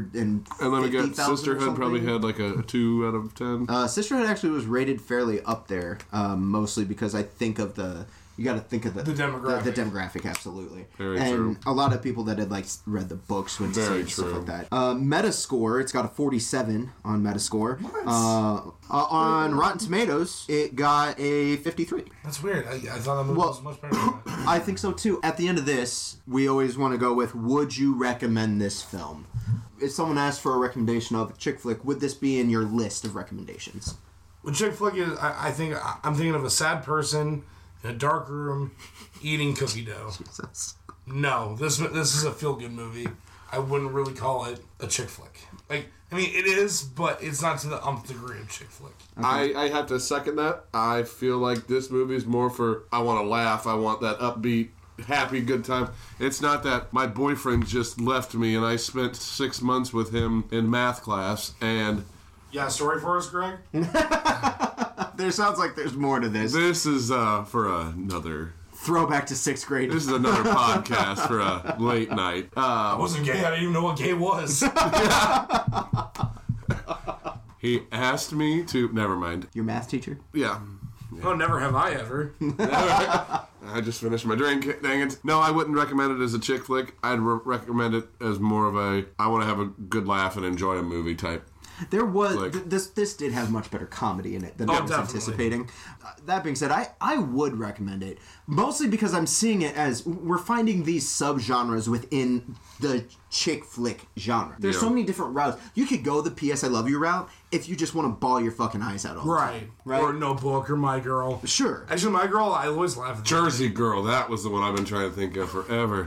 Speaker 5: 150,000.
Speaker 7: And then we got
Speaker 5: or
Speaker 7: Sisterhood probably
Speaker 5: something. Uh-huh.
Speaker 7: had like a two out of ten.
Speaker 5: Uh, Sisterhood actually was rated fairly up there, um, mostly because I think of the You got to think of the
Speaker 6: The demographic.
Speaker 5: The, demographic, absolutely.
Speaker 7: Very
Speaker 5: and
Speaker 7: true.
Speaker 5: a lot of people that had like read the books would
Speaker 7: Very
Speaker 5: say and stuff
Speaker 7: true.
Speaker 5: like that. Uh, Metascore, it's got a 47 on Metascore. Uh, uh, on Rotten Tomatoes, it got a 53.
Speaker 6: That's weird. I, I thought that movie
Speaker 5: Well-
Speaker 6: was much better than that.
Speaker 5: I think so too. At the end of this, we always want to go with would you recommend this film? If someone asks for a recommendation of a chick flick, would this be in your list of recommendations?
Speaker 6: Well, chick flick is. I, I think I- I'm thinking of a sad person in a dark room eating cookie dough. No, this this is a feel good movie. I wouldn't really call it a chick flick. Like I mean, it is, but it's not to the umpth degree of chick flick.
Speaker 7: I, I have to second that. I feel like this movie's more for I want to laugh. I want that upbeat, happy, good time. It's not that my boyfriend just left me and I spent six months with him in math class and
Speaker 6: Yeah, story for us, Greg.
Speaker 5: There sounds like there's more to this.
Speaker 7: this is uh, for another.
Speaker 5: Throwback to sixth grade.
Speaker 7: This is another podcast for a late night.
Speaker 6: I
Speaker 7: Uh,
Speaker 6: wasn't gay. I didn't even know what gay was.
Speaker 7: he asked me to. Never mind.
Speaker 5: Your math teacher?
Speaker 7: Yeah.
Speaker 6: oh, never have I ever.
Speaker 7: I just finished my drink. Dang it. No, I wouldn't recommend it as a chick flick. I'd re- recommend it as more of a I want to have a good laugh and enjoy a movie type.
Speaker 5: There was
Speaker 7: Like-
Speaker 5: th- this. This did have much better comedy in it than I was
Speaker 6: Oh, definitely.
Speaker 5: anticipating. Uh, that being said, I I would recommend it mostly because I'm seeing it as we're finding these subgenres within the chick flick genre. There's so
Speaker 7: Yeah.
Speaker 5: many different routes. You could go the P.S. I love you route if you just want to ball your fucking eyes out all the
Speaker 6: Right.
Speaker 5: time. Right.
Speaker 6: Or no book or my girl.
Speaker 5: Sure.
Speaker 6: Actually, my girl. I always laugh. At
Speaker 7: Jersey Girl, that was the one I've been trying to think of forever.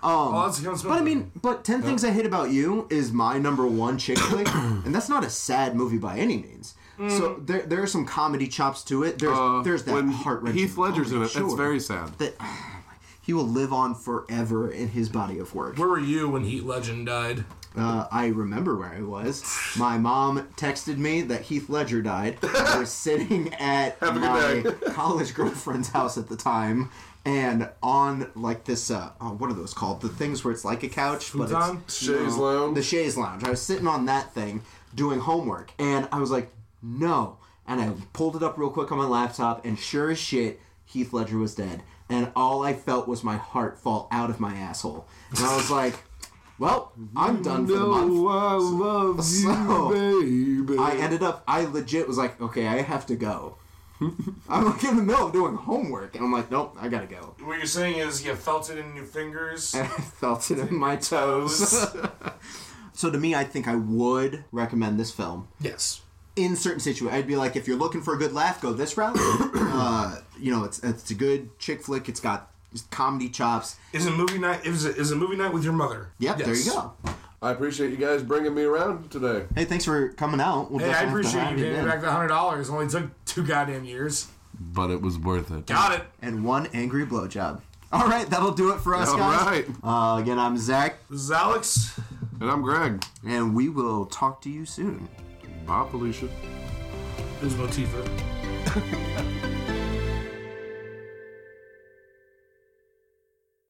Speaker 6: Oh, that's a Kevin Smith
Speaker 5: But I
Speaker 6: movie.
Speaker 5: mean, but Ten Things I Hate About You is my number one chick flick, and that's not a sad movie by any means. So there, there are some comedy chops to it. There's, there's that
Speaker 7: Mm. Uh, when
Speaker 5: heart wrenching.
Speaker 7: Heath Ledger's in it, that's very sad.
Speaker 5: that he will live on forever in his body of work.
Speaker 6: Where were you when Heat Legend died?
Speaker 5: Uh, I remember where I was. My mom texted me that Heath Ledger died. I was sitting at
Speaker 7: a
Speaker 5: my
Speaker 7: good
Speaker 5: college girlfriend's house at the time. And on like this, uh, oh, what are those called? The things where it's like a couch, but it's,
Speaker 6: Futon?
Speaker 7: Shays
Speaker 5: the
Speaker 7: Lounge.
Speaker 5: chaise lounge. I was sitting on that thing doing homework, and I was like, no. And I pulled it up real quick on my laptop, and sure as shit, Heath Ledger was dead. And all I felt was my heart fall out of my asshole. And I was like, well, I'm done for the month.
Speaker 7: No, I love
Speaker 5: So-
Speaker 7: you, baby.
Speaker 5: I ended up, I legit was like, okay, I have to go. I'm like in the middle of doing homework, and I'm like, nope, I gotta go.
Speaker 6: What you're saying is you felt it in your fingers.
Speaker 5: I felt it in my toes. so to me, I think I would recommend this film.
Speaker 6: yes.
Speaker 5: in certain situations, I'd be like, if you're looking for a good laugh, go this route. uh, you know, it's it's a good chick flick. It's got comedy chops.
Speaker 6: Is a movie night? Is a, is a movie night with your mother?
Speaker 5: Yep, there
Speaker 6: Yes.
Speaker 5: you go.
Speaker 7: I appreciate you guys bringing me around today.
Speaker 5: Hey, thanks for coming out. We'll
Speaker 6: Hey, I
Speaker 5: definitely have to
Speaker 6: appreciate you
Speaker 5: have
Speaker 6: paying me
Speaker 5: again.
Speaker 6: back the hundred dollars. Only took two goddamn years.
Speaker 7: But it was worth it.
Speaker 6: Got it.
Speaker 5: And one angry blowjob. All right, that'll do it for us,
Speaker 7: All
Speaker 5: guys.
Speaker 7: right.
Speaker 5: Uh, again, I'm Zach,
Speaker 6: This is Alex.
Speaker 7: And I'm Greg.
Speaker 5: and we will talk to you soon.
Speaker 7: Bye, Felicia.
Speaker 6: This is Motifa.